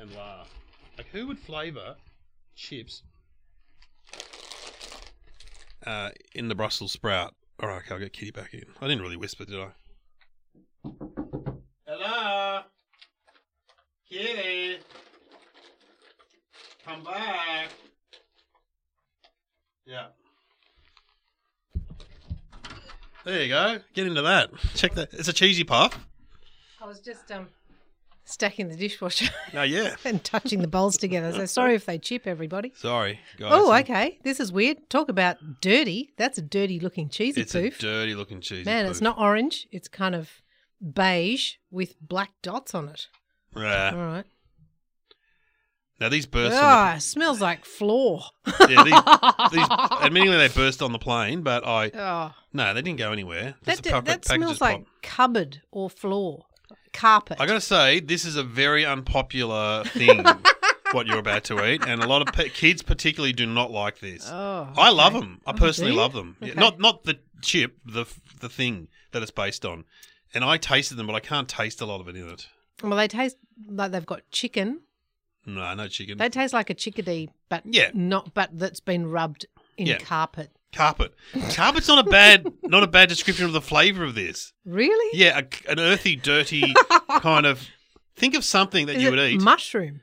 [SPEAKER 1] and laugh. Like, who would flavour chips uh, in the Brussels sprout. All right, okay, I'll get Kitty back in. I didn't really whisper, did I? Hello, Kitty, come back. Yeah. There you go. Get into that. Check that. It's a cheesy puff.
[SPEAKER 2] I was just um stacking the dishwasher
[SPEAKER 1] Oh yeah.
[SPEAKER 2] and touching the bowls together. So sorry if they chip everybody.
[SPEAKER 1] Sorry, guys.
[SPEAKER 2] Oh, okay. This is weird. Talk about dirty. That's a dirty looking cheesy
[SPEAKER 1] It's a
[SPEAKER 2] poof.
[SPEAKER 1] dirty looking cheesy.
[SPEAKER 2] Man, it's
[SPEAKER 1] poof.
[SPEAKER 2] not orange. It's kind of beige with black dots on it.
[SPEAKER 1] Right.
[SPEAKER 2] All right.
[SPEAKER 1] Now these bursts. on the-
[SPEAKER 2] Ah, it smells like floor. Ah.
[SPEAKER 1] yeah, these, these, admittingly they burst on the plane, but I
[SPEAKER 2] Oh,
[SPEAKER 1] no, they didn't go anywhere.
[SPEAKER 2] that
[SPEAKER 1] Just the
[SPEAKER 2] d-
[SPEAKER 1] pack-
[SPEAKER 2] that
[SPEAKER 1] packages
[SPEAKER 2] smells like
[SPEAKER 1] pop-
[SPEAKER 2] cupboard or floor, carpet.
[SPEAKER 1] I gotta say, this is a very unpopular thing. what you're about to eat, and a lot of pe- kids particularly do not like this.
[SPEAKER 2] Oh,
[SPEAKER 1] I love
[SPEAKER 2] okay.
[SPEAKER 1] them. I
[SPEAKER 2] Oh,
[SPEAKER 1] personally
[SPEAKER 2] do you?
[SPEAKER 1] love them. Yeah,
[SPEAKER 2] Okay.
[SPEAKER 1] not not the chip, the f- the thing that it's based on. And I tasted them, but I can't taste a lot of it in it.
[SPEAKER 2] Well, they taste like they've got chicken.
[SPEAKER 1] No, no chicken.
[SPEAKER 2] They taste like a chickadee, but
[SPEAKER 1] Yeah.
[SPEAKER 2] not but that's been rubbed in
[SPEAKER 1] Yeah.
[SPEAKER 2] carpet.
[SPEAKER 1] Carpet. Carpet's not a bad not a bad description of the flavour of this.
[SPEAKER 2] Really?
[SPEAKER 1] Yeah, a, an earthy, dirty kind of. Think of something that
[SPEAKER 2] Is
[SPEAKER 1] you
[SPEAKER 2] it
[SPEAKER 1] would eat.
[SPEAKER 2] mushroom.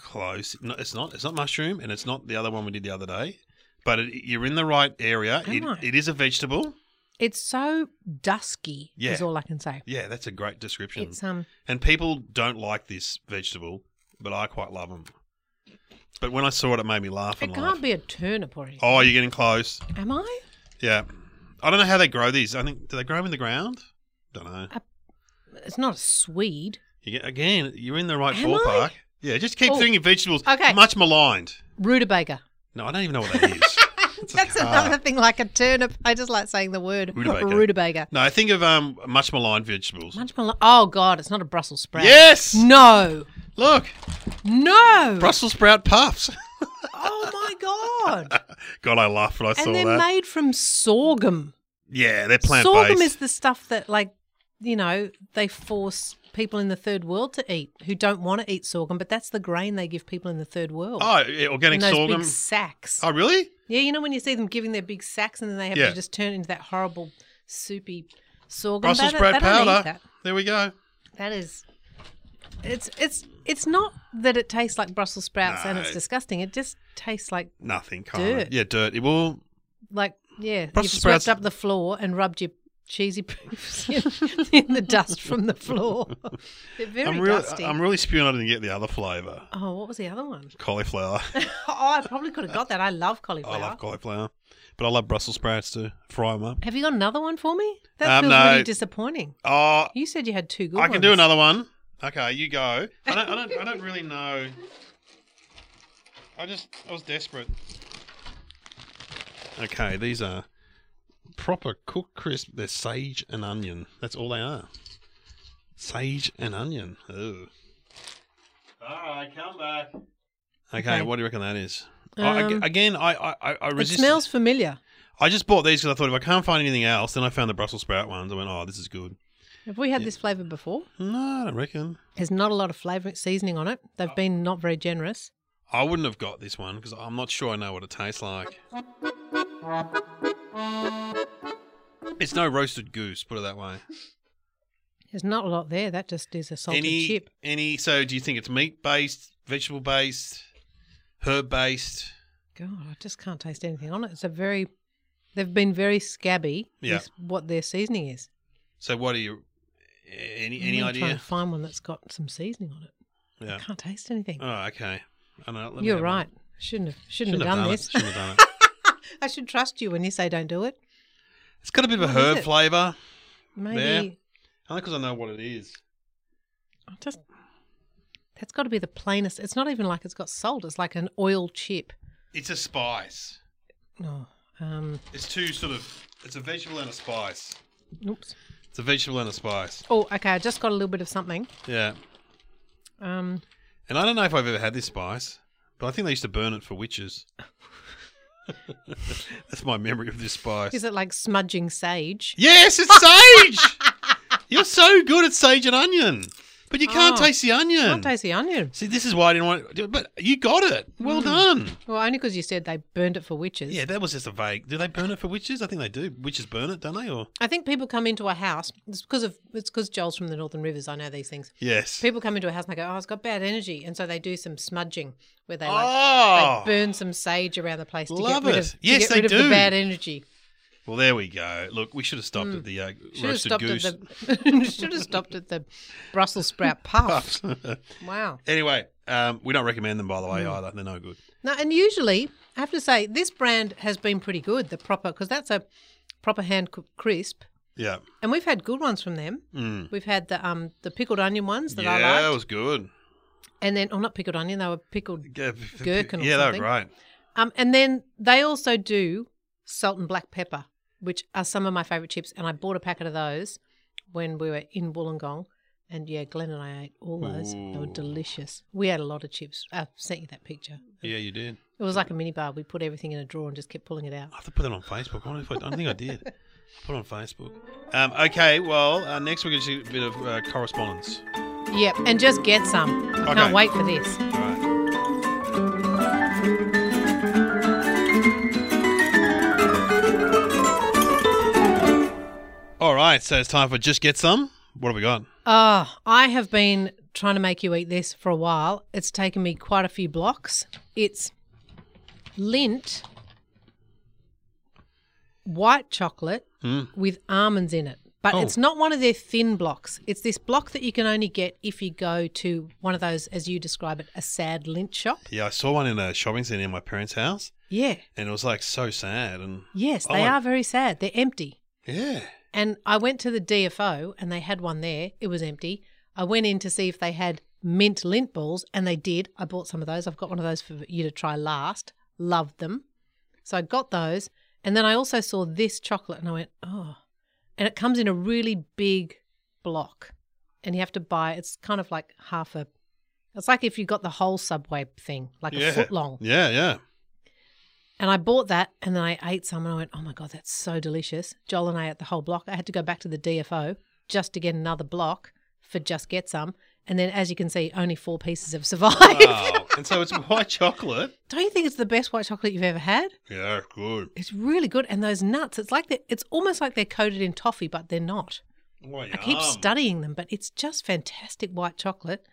[SPEAKER 1] Close. No, it's not. It's not mushroom, and it's not the other one we did the other day. But it, you're in the right area.
[SPEAKER 2] Am
[SPEAKER 1] It,
[SPEAKER 2] I?
[SPEAKER 1] it is a vegetable.
[SPEAKER 2] It's so dusky. Is
[SPEAKER 1] Yeah.
[SPEAKER 2] all I can say.
[SPEAKER 1] Yeah, that's a great description.
[SPEAKER 2] It's um.
[SPEAKER 1] and people don't like this vegetable, but I quite love them. But when I saw it, it made me laugh.
[SPEAKER 2] It
[SPEAKER 1] and
[SPEAKER 2] can't
[SPEAKER 1] laugh.
[SPEAKER 2] be a turnip or anything.
[SPEAKER 1] Oh, you're getting close.
[SPEAKER 2] Am I?
[SPEAKER 1] Yeah. I don't know how they grow these. I think do they grow them in the ground? Don't know.
[SPEAKER 2] It's not a swede.
[SPEAKER 1] You get, again, you're in the right
[SPEAKER 2] Am I?
[SPEAKER 1] ballpark. Yeah, just keep
[SPEAKER 2] Oh.
[SPEAKER 1] thinking vegetables.
[SPEAKER 2] Okay.
[SPEAKER 1] Much maligned.
[SPEAKER 2] Rutabaga.
[SPEAKER 1] No, I don't even know what that is. It's a
[SPEAKER 2] That's
[SPEAKER 1] car.
[SPEAKER 2] another thing, like a turnip. I just like saying the word
[SPEAKER 1] Ah. Rutabaga.
[SPEAKER 2] rutabaga.
[SPEAKER 1] No, I think of um much maligned vegetables.
[SPEAKER 2] Munch mal- oh God, it's not a Brussels sprout.
[SPEAKER 1] Yes.
[SPEAKER 2] No.
[SPEAKER 1] Look,
[SPEAKER 2] No.
[SPEAKER 1] Brussels sprout puffs.
[SPEAKER 2] oh my God.
[SPEAKER 1] God, I laughed when I saw
[SPEAKER 2] and they're
[SPEAKER 1] that.
[SPEAKER 2] made from sorghum.
[SPEAKER 1] yeah, they're plant
[SPEAKER 2] sorghum
[SPEAKER 1] based.
[SPEAKER 2] is the stuff that, like, you know, they force people in the third world to eat who don't want to eat sorghum, but that's the grain they give people in the third world.
[SPEAKER 1] Oh, yeah, organic
[SPEAKER 2] in those
[SPEAKER 1] sorghum.
[SPEAKER 2] big sacks.
[SPEAKER 1] Oh, really?
[SPEAKER 2] Yeah, you know when you see them giving their big sacks and then they have
[SPEAKER 1] Yeah.
[SPEAKER 2] to just turn it into that horrible soupy sorghum.
[SPEAKER 1] Brussels
[SPEAKER 2] They don't-
[SPEAKER 1] sprout
[SPEAKER 2] they don't eat
[SPEAKER 1] powder.
[SPEAKER 2] that.
[SPEAKER 1] There we go.
[SPEAKER 2] That is, it's it's it's not that it tastes like Brussels sprouts and it's
[SPEAKER 1] No.
[SPEAKER 2] disgusting. It just tastes like
[SPEAKER 1] Nothing, kind
[SPEAKER 2] Dirt.
[SPEAKER 1] of. Yeah, dirt. It will.
[SPEAKER 2] like yeah,
[SPEAKER 1] Brussels
[SPEAKER 2] you've
[SPEAKER 1] sprouts-
[SPEAKER 2] swept up the floor and rubbed your cheesy poofs in, in the dust from the floor. They're very
[SPEAKER 1] I'm really,
[SPEAKER 2] dusty.
[SPEAKER 1] I'm really spewing. I didn't get the other flavour.
[SPEAKER 2] oh, what was the other one?
[SPEAKER 1] Cauliflower.
[SPEAKER 2] oh, I probably could have got that. I love cauliflower.
[SPEAKER 1] I love cauliflower, but I love Brussels sprouts to fry them up.
[SPEAKER 2] have you got another one for me? That
[SPEAKER 1] Um,
[SPEAKER 2] feels
[SPEAKER 1] no.
[SPEAKER 2] really disappointing.
[SPEAKER 1] Oh,
[SPEAKER 2] You said you had two good
[SPEAKER 1] I
[SPEAKER 2] ones.
[SPEAKER 1] can do another one. Okay, you go. I don't, I don't, I don't really know. I just, I was desperate. Okay, these are proper cooked crisp. They're sage and onion. That's all they are. Sage and onion. Oh. All right, come back. Okay,
[SPEAKER 2] Okay.
[SPEAKER 1] what do you reckon that is? I-
[SPEAKER 2] Um,
[SPEAKER 1] I, again, I, I, I- I
[SPEAKER 2] It
[SPEAKER 1] resist.
[SPEAKER 2] smells familiar.
[SPEAKER 1] I just bought these because I thought if I can't find anything else, then I found the Brussels sprout ones. I went, oh, this is good.
[SPEAKER 2] Have we had
[SPEAKER 1] Yeah.
[SPEAKER 2] this flavour before?
[SPEAKER 1] No, I don't reckon.
[SPEAKER 2] There's not a lot of flavour seasoning on it. They've been not very generous.
[SPEAKER 1] I wouldn't have got this one because I'm not sure I know what it tastes like. It's no roasted goose, put it that way.
[SPEAKER 2] There's not a lot there. That just is a salted
[SPEAKER 1] any
[SPEAKER 2] chip.
[SPEAKER 1] any so do you think it's meat based, vegetable based, herb based?
[SPEAKER 2] God, I just can't taste anything on it. It's a very, they've been very scabby.
[SPEAKER 1] Yeah.
[SPEAKER 2] with what their seasoning is.
[SPEAKER 1] So what are you any any
[SPEAKER 2] I'm Trying
[SPEAKER 1] idea?
[SPEAKER 2] to find one that's got some seasoning on it.
[SPEAKER 1] Yeah.
[SPEAKER 2] Can't taste anything.
[SPEAKER 1] Oh, okay. I know, let me
[SPEAKER 2] You're
[SPEAKER 1] have one.
[SPEAKER 2] right. Shouldn't have. Shouldn't,
[SPEAKER 1] Shouldn't
[SPEAKER 2] have, done
[SPEAKER 1] it.
[SPEAKER 2] this.
[SPEAKER 1] Shouldn't have done it.
[SPEAKER 2] I should trust you when you say don't do it.
[SPEAKER 1] It's got a bit of a
[SPEAKER 2] What is
[SPEAKER 1] herb
[SPEAKER 2] it?
[SPEAKER 1] flavour.
[SPEAKER 2] Maybe
[SPEAKER 1] Only because I know what it is.
[SPEAKER 2] I just. That's got to be the plainest. It's not even like it's got salt. It's like an oil chip.
[SPEAKER 1] It's a spice.
[SPEAKER 2] Oh, um,
[SPEAKER 1] It's two sort of. It's a vegetable and a spice.
[SPEAKER 2] oops.
[SPEAKER 1] It's a vegetable and a spice.
[SPEAKER 2] Oh, okay. I just got a little bit of something.
[SPEAKER 1] Yeah.
[SPEAKER 2] Um,
[SPEAKER 1] And I don't know if I've ever had this spice, but I think they used to burn it for witches. That's my memory of this spice.
[SPEAKER 2] is it like smudging sage?
[SPEAKER 1] Yes, it's sage. You're so good at sage and onion, but you can't
[SPEAKER 2] Oh,
[SPEAKER 1] taste the onion.
[SPEAKER 2] Can't taste the onion.
[SPEAKER 1] See, this is why I didn't want. to do it, But you got it. Well done.
[SPEAKER 2] Well, only because you said they burned it for witches.
[SPEAKER 1] Yeah, that was just a vague. Do they burn it for witches? I think they do. Witches burn it, don't they? Or
[SPEAKER 2] I think people come into a house. It's because of it's because Joel's from the Northern Rivers. I know these things.
[SPEAKER 1] yes.
[SPEAKER 2] People come into a house and they go, "Oh, it's got bad energy," and so they do some smudging where they like
[SPEAKER 1] oh.
[SPEAKER 2] they burn some sage around the place to
[SPEAKER 1] Love
[SPEAKER 2] get rid
[SPEAKER 1] it.
[SPEAKER 2] of to
[SPEAKER 1] Yes,
[SPEAKER 2] get
[SPEAKER 1] they
[SPEAKER 2] rid of
[SPEAKER 1] do.
[SPEAKER 2] the bad energy.
[SPEAKER 1] Well, there we go. Look, we should have stopped at the uh,
[SPEAKER 2] Should have
[SPEAKER 1] roasted
[SPEAKER 2] stopped
[SPEAKER 1] goose.
[SPEAKER 2] at the should have stopped at the Brussels sprout puffs. wow.
[SPEAKER 1] anyway, um, we don't recommend them, by the way, either. They're no good.
[SPEAKER 2] No, and usually I have to say this brand has been pretty good. The proper because that's a proper hand cooked crisp,
[SPEAKER 1] Yeah.
[SPEAKER 2] and we've had good ones from them.
[SPEAKER 1] Mm.
[SPEAKER 2] We've had the um the pickled onion ones that
[SPEAKER 1] yeah,
[SPEAKER 2] I
[SPEAKER 1] that
[SPEAKER 2] liked,
[SPEAKER 1] was good.
[SPEAKER 2] and then oh not pickled onion, they were pickled
[SPEAKER 1] Yeah,
[SPEAKER 2] Gherkin or
[SPEAKER 1] yeah, they were
[SPEAKER 2] something.
[SPEAKER 1] great.
[SPEAKER 2] Um, and then they also do salt and black pepper, which are some of my favourite chips. And I bought a packet of those when we were in Wollongong. And yeah, Glenn and I ate all those. They were
[SPEAKER 1] Ooh.
[SPEAKER 2] delicious. We had a lot of chips. I sent you that picture.
[SPEAKER 1] Yeah, you did.
[SPEAKER 2] It was like a mini bar. We put everything in a drawer and just kept pulling it out.
[SPEAKER 1] I have to put that on Facebook. I, wonder if I, I don't think I did. Put it on Facebook. Um, okay, well, uh, next we're going to do a bit of uh, correspondence.
[SPEAKER 2] Yep. And just get some. I
[SPEAKER 1] Okay.
[SPEAKER 2] Can't wait for this.
[SPEAKER 1] All right. All right, so it's time for Just Get Some. What have we got?
[SPEAKER 2] Oh, I have been trying to make you eat this for a while. It's taken me quite a few blocks. It's lint, white chocolate with almonds in it. But
[SPEAKER 1] Hmm. Oh.
[SPEAKER 2] it's not one of their thin blocks. It's this block that you can only get if you go to one of those, as you describe it, a sad lint shop.
[SPEAKER 1] Yeah, I saw one in a shopping centre in my parents' house,
[SPEAKER 2] Yeah.
[SPEAKER 1] and it was like so sad. And
[SPEAKER 2] Yes,
[SPEAKER 1] I
[SPEAKER 2] they
[SPEAKER 1] want-
[SPEAKER 2] are very sad. They're empty.
[SPEAKER 1] yeah,
[SPEAKER 2] And I went to the DFO and they had one there. It was empty. I went in to see if they had mint lint balls and they did. I bought some of those. I've got one of those for you to try last. Loved them. So I got those. And then I also saw this chocolate and I went, oh. And it comes in a really big block and you have to buy, it's kind of like half a, it's like if you got the whole subway thing, like
[SPEAKER 1] yeah.
[SPEAKER 2] a foot long.
[SPEAKER 1] Yeah, yeah.
[SPEAKER 2] And I bought that and then I ate some and I went, oh my God, that's so delicious. Joel and I ate the whole block. I had to go back to the DFO just to get another block. for just get some. And then, as you can see, only four pieces have survived.
[SPEAKER 1] Oh, and so it's white chocolate.
[SPEAKER 2] Don't you think it's the best white chocolate you've ever had?
[SPEAKER 1] Yeah, good.
[SPEAKER 2] It's really good. And those nuts, it's like they're, it's almost like they're coated in toffee, but they're not.
[SPEAKER 1] Oh,
[SPEAKER 2] I keep
[SPEAKER 1] yum.
[SPEAKER 2] studying them, but it's just fantastic white chocolate.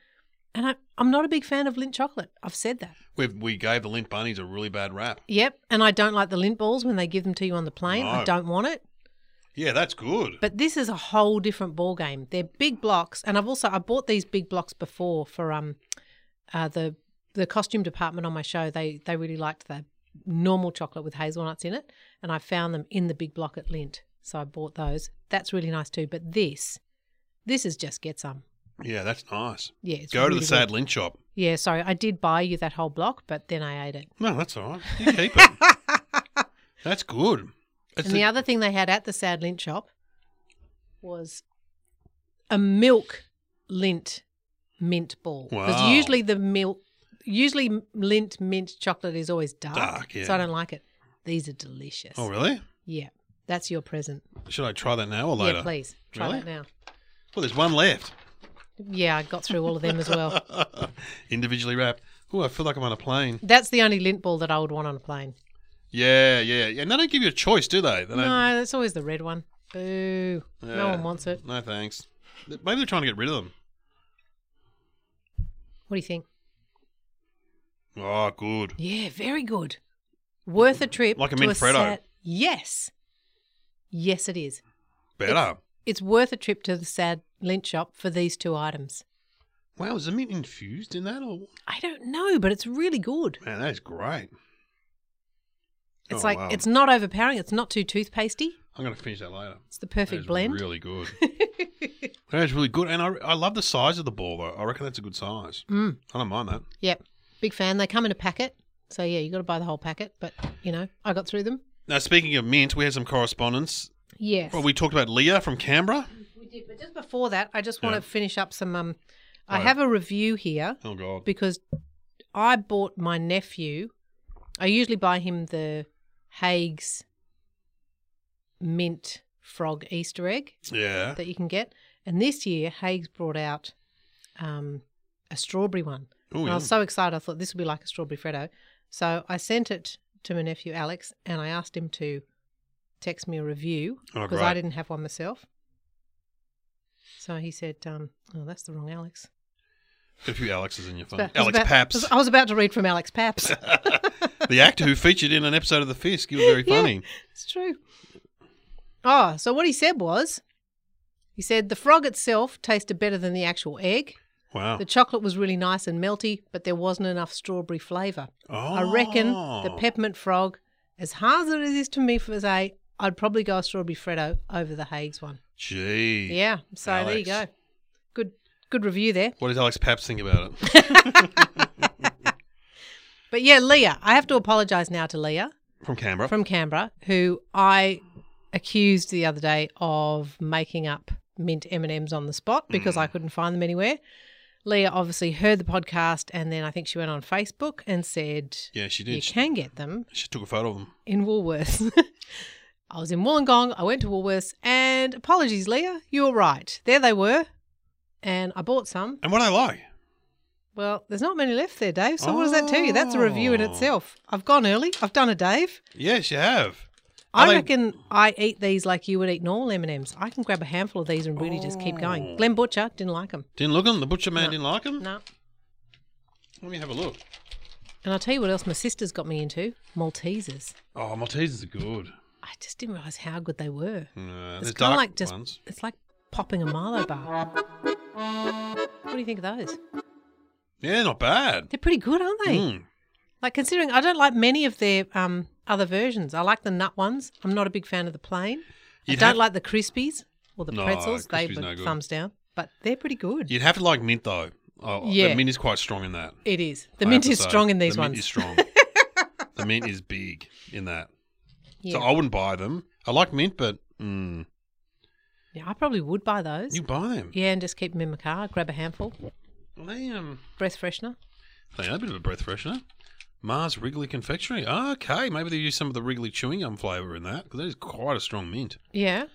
[SPEAKER 2] And I, I'm not a big fan of lint chocolate. I've said that.
[SPEAKER 1] We, we gave the lint bunnies a really bad rap.
[SPEAKER 2] Yep. And I don't like the lint balls when they give them to you on the plane. I
[SPEAKER 1] No.
[SPEAKER 2] don't want it.
[SPEAKER 1] Yeah, that's good.
[SPEAKER 2] But this is a whole different ball game. They're big blocks, and I've also I bought these big blocks before for um, uh, the the costume department on my show. They they really liked the normal chocolate with hazelnuts in it, and I found them in the big block at Lint, so I bought those. That's really nice too. But this, this is just get some.
[SPEAKER 1] yeah, that's nice.
[SPEAKER 2] Yeah, it's
[SPEAKER 1] Go to
[SPEAKER 2] really
[SPEAKER 1] the
[SPEAKER 2] good.
[SPEAKER 1] sad lint shop.
[SPEAKER 2] Yeah, sorry, I did buy you that whole block, but then I ate it.
[SPEAKER 1] No, that's all right. You keep it. that's good. It's
[SPEAKER 2] and the
[SPEAKER 1] a-
[SPEAKER 2] other thing they had at the Sad Lint shop was a milk lint mint ball. Because
[SPEAKER 1] Wow.
[SPEAKER 2] usually the milk, usually m- lint mint chocolate is always dark.
[SPEAKER 1] Dark,
[SPEAKER 2] So
[SPEAKER 1] yeah.
[SPEAKER 2] I don't like it. These are delicious.
[SPEAKER 1] Oh, really?
[SPEAKER 2] Yeah. That's your present.
[SPEAKER 1] Should I try that now or later?
[SPEAKER 2] Yeah, please. Try
[SPEAKER 1] Really?
[SPEAKER 2] that now.
[SPEAKER 1] Well, there's one left.
[SPEAKER 2] Yeah, I got through all of them as well.
[SPEAKER 1] Individually wrapped. Oh, I feel like I'm on a plane.
[SPEAKER 2] That's the only lint ball that I would want on a plane.
[SPEAKER 1] Yeah, yeah, yeah. And they don't give you a choice, do they? They don't-
[SPEAKER 2] No, that's always the red one. Boo. No
[SPEAKER 1] Yeah.
[SPEAKER 2] one wants it.
[SPEAKER 1] No, thanks. Maybe they're trying to get rid of them.
[SPEAKER 2] What do you think?
[SPEAKER 1] Oh, good.
[SPEAKER 2] Yeah, very good. Worth a trip.
[SPEAKER 1] Like a
[SPEAKER 2] to
[SPEAKER 1] Minfreddo.
[SPEAKER 2] sad- Yes. Yes, it is.
[SPEAKER 1] Better.
[SPEAKER 2] It's worth a trip to the sad lint shop for these two items.
[SPEAKER 1] Wow, is the mint infused in that? Or
[SPEAKER 2] I don't know, but it's really good.
[SPEAKER 1] man, that is great.
[SPEAKER 2] It's
[SPEAKER 1] Oh,
[SPEAKER 2] like
[SPEAKER 1] wow.
[SPEAKER 2] it's not overpowering. It's not too toothpasty.
[SPEAKER 1] I'm gonna finish that later.
[SPEAKER 2] It's the
[SPEAKER 1] That
[SPEAKER 2] perfect
[SPEAKER 1] is
[SPEAKER 2] blend.
[SPEAKER 1] Really good. that is really good, and I, I love the size of the ball though. I reckon that's a good size.
[SPEAKER 2] Mm.
[SPEAKER 1] I don't mind that.
[SPEAKER 2] Yep. Big fan. They come in a packet. So yeah, you got to buy the whole packet. But you know, I got through them.
[SPEAKER 1] Now, speaking of mint, we had some correspondence.
[SPEAKER 2] Yes.
[SPEAKER 1] Well, we talked about Leah from Canberra.
[SPEAKER 2] we did. But just before that, I just want
[SPEAKER 1] Yeah.
[SPEAKER 2] to finish up some. Um, I
[SPEAKER 1] Right.
[SPEAKER 2] have a review here.
[SPEAKER 1] Oh God,
[SPEAKER 2] because I bought my nephew. I usually buy him the Hague's mint frog Easter egg
[SPEAKER 1] yeah,
[SPEAKER 2] that you can get, and this year Hague's brought out um, a strawberry one.
[SPEAKER 1] oh
[SPEAKER 2] and
[SPEAKER 1] yeah.
[SPEAKER 2] I was so excited. I thought this would be like a strawberry freddo. So I sent it to my nephew Alex, and I asked him to text me a review
[SPEAKER 1] Oh,
[SPEAKER 2] because I
[SPEAKER 1] great.
[SPEAKER 2] didn't have one myself. So he said, um, "Oh, that's the wrong Alex."
[SPEAKER 1] Got a few Alexes in your phone.
[SPEAKER 2] About- I was
[SPEAKER 1] Alex
[SPEAKER 2] about-
[SPEAKER 1] Paps,
[SPEAKER 2] I was about to read from Alex Paps.
[SPEAKER 1] the actor who featured in an episode of The Fisk. He was very
[SPEAKER 2] Yeah.
[SPEAKER 1] funny.
[SPEAKER 2] It's true. Ah, so what he said was he said the frog itself tasted better than the actual egg.
[SPEAKER 1] Wow.
[SPEAKER 2] The chocolate was really nice and melty, but there wasn't enough strawberry flavour.
[SPEAKER 1] oh.
[SPEAKER 2] I reckon the peppermint frog, as hard as it is to me for say, I'd probably go a strawberry freddo over the Hague's one.
[SPEAKER 1] Gee.
[SPEAKER 2] Yeah. So there you go.
[SPEAKER 1] Alex.
[SPEAKER 2] Good good review there.
[SPEAKER 1] What does Alex Paps think about it?
[SPEAKER 2] But yeah, Leah, I have to apologise now to Leah.
[SPEAKER 1] From Canberra.
[SPEAKER 2] from Canberra who I accused the other day of making up mint M&Ms on the spot because I couldn't find them anywhere. Leah obviously heard the podcast and then I think she went on Facebook and said
[SPEAKER 1] yeah, she
[SPEAKER 2] you
[SPEAKER 1] did. She,
[SPEAKER 2] can get them
[SPEAKER 1] she took a photo of them.
[SPEAKER 2] in Woolworths. I was in Wollongong, I went to Woolworths and apologies Leah, you were right. There they were. And I bought some.
[SPEAKER 1] And what I like.
[SPEAKER 2] Well, there's not many left there, Dave. So what does that tell you? That's a review in
[SPEAKER 1] Oh.
[SPEAKER 2] itself. I've gone early. I've done a Dave.
[SPEAKER 1] Yes, you have. Are
[SPEAKER 2] I
[SPEAKER 1] they-
[SPEAKER 2] reckon I eat these like you would eat normal M and M's. I can grab a handful of these and really just keep going.
[SPEAKER 1] Oh.
[SPEAKER 2] Glenn Butcher didn't like them.
[SPEAKER 1] Didn't look at them. The butcher man
[SPEAKER 2] No.
[SPEAKER 1] didn't like them.
[SPEAKER 2] No,
[SPEAKER 1] Let me have a look.
[SPEAKER 2] and I'll tell you what else my sister's got me into: Maltesers.
[SPEAKER 1] Oh, Maltesers are good.
[SPEAKER 2] I just didn't realize how good they were.
[SPEAKER 1] No,
[SPEAKER 2] It's
[SPEAKER 1] there's
[SPEAKER 2] kind
[SPEAKER 1] dark
[SPEAKER 2] of like just
[SPEAKER 1] ones.
[SPEAKER 2] it's like popping a Milo bar. What do you think of those?
[SPEAKER 1] Yeah, not bad.
[SPEAKER 2] They're pretty good, aren't they?
[SPEAKER 1] Mm.
[SPEAKER 2] Like considering I don't like many of their um, other versions. I like the nut ones. I'm not a big fan of the plain. I
[SPEAKER 1] You'd
[SPEAKER 2] don't
[SPEAKER 1] have-
[SPEAKER 2] like the crispies or the
[SPEAKER 1] No,
[SPEAKER 2] pretzels. They
[SPEAKER 1] crispies
[SPEAKER 2] were
[SPEAKER 1] no good.
[SPEAKER 2] thumbs down, but they're pretty good.
[SPEAKER 1] You'd have to like mint though. Oh,
[SPEAKER 2] Yeah.
[SPEAKER 1] The mint is quite strong in that.
[SPEAKER 2] It is. The
[SPEAKER 1] I
[SPEAKER 2] mint
[SPEAKER 1] have to
[SPEAKER 2] is
[SPEAKER 1] say.
[SPEAKER 2] strong in these
[SPEAKER 1] the
[SPEAKER 2] ones.
[SPEAKER 1] Mint is strong. the mint is big in that. So
[SPEAKER 2] yeah.
[SPEAKER 1] I wouldn't buy them. I like mint, but mm,
[SPEAKER 2] Yeah, I probably would buy those.
[SPEAKER 1] you buy them.
[SPEAKER 2] Yeah, and just keep them in my car. Grab a handful.
[SPEAKER 1] They um,
[SPEAKER 2] Breath freshener.
[SPEAKER 1] They are a bit of a breath freshener. Mars Wrigley Confectionery. Okay, maybe they use some of the Wrigley chewing gum flavour in that because that is quite a strong mint.
[SPEAKER 2] Yeah.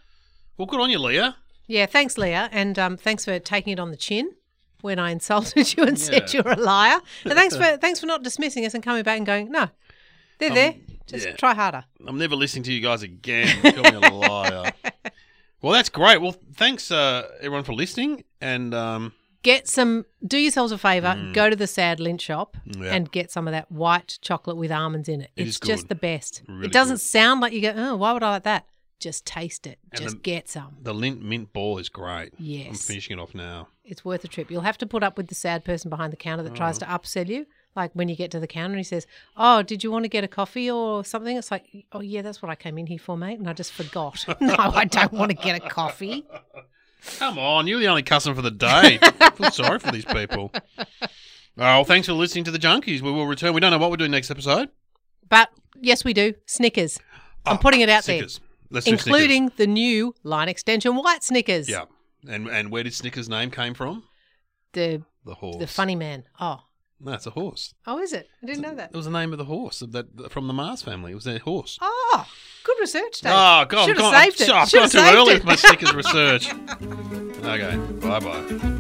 [SPEAKER 1] Well, good on you, Leah.
[SPEAKER 2] Yeah, thanks, Leah. And um, thanks for taking it on the chin when I insulted you and said
[SPEAKER 1] Yeah.
[SPEAKER 2] you're a liar. And thanks for thanks for not dismissing us and coming back and going, no, they're there. Just
[SPEAKER 1] Um, yeah.
[SPEAKER 2] try harder.
[SPEAKER 1] I'm never listening to you guys again. Call me a liar. Well, that's great. Well, thanks uh, everyone for listening, and um,
[SPEAKER 2] Get some, do yourselves a favor, go to the Sad Lint shop
[SPEAKER 1] Mm. Yeah.
[SPEAKER 2] and get some of that white chocolate with almonds in it.
[SPEAKER 1] It
[SPEAKER 2] it's
[SPEAKER 1] is
[SPEAKER 2] just
[SPEAKER 1] good.
[SPEAKER 2] the best.
[SPEAKER 1] Really
[SPEAKER 2] it doesn't
[SPEAKER 1] good.
[SPEAKER 2] sound like you go, oh, why would I like that? Just taste it.
[SPEAKER 1] And
[SPEAKER 2] just
[SPEAKER 1] the-
[SPEAKER 2] get some.
[SPEAKER 1] the lint mint ball is great. I'm
[SPEAKER 2] Yes.
[SPEAKER 1] finishing it off now.
[SPEAKER 2] It's worth a trip. You'll have to put up with the sad person behind the counter that tries
[SPEAKER 1] Mm.
[SPEAKER 2] to upsell you. Like when you get to the counter and he says, Oh, did you want to get a coffee or something? It's like, Oh, yeah, that's what I came in here for, mate. And I just forgot. no, I don't want to get a coffee.
[SPEAKER 1] Come on, you're the only customer for the day. I feel sorry for these people. Oh, well, thanks for listening to the Junkies. We will return. We don't know what we're doing next episode.
[SPEAKER 2] But yes, we do. Snickers. I'm
[SPEAKER 1] Oh,
[SPEAKER 2] putting it out
[SPEAKER 1] Snickers. Let's
[SPEAKER 2] there,
[SPEAKER 1] do Snickers.
[SPEAKER 2] including the new line extension white Snickers.
[SPEAKER 1] Yeah. And and where did Snickers' name came from?
[SPEAKER 2] The,
[SPEAKER 1] The horse.
[SPEAKER 2] the funny man. Oh,
[SPEAKER 1] No, it's a horse.
[SPEAKER 2] oh, is it? I didn't know that.
[SPEAKER 1] It was the name of the horse of that from the Mars family. It was their horse.
[SPEAKER 2] Oh, good research, Dave.
[SPEAKER 1] Oh, God.
[SPEAKER 2] Should
[SPEAKER 1] I've
[SPEAKER 2] have
[SPEAKER 1] gone-
[SPEAKER 2] saved it.
[SPEAKER 1] I've
[SPEAKER 2] Should
[SPEAKER 1] gone
[SPEAKER 2] have
[SPEAKER 1] too
[SPEAKER 2] saved
[SPEAKER 1] early
[SPEAKER 2] it.
[SPEAKER 1] with my Snickers research. Okay. Bye bye.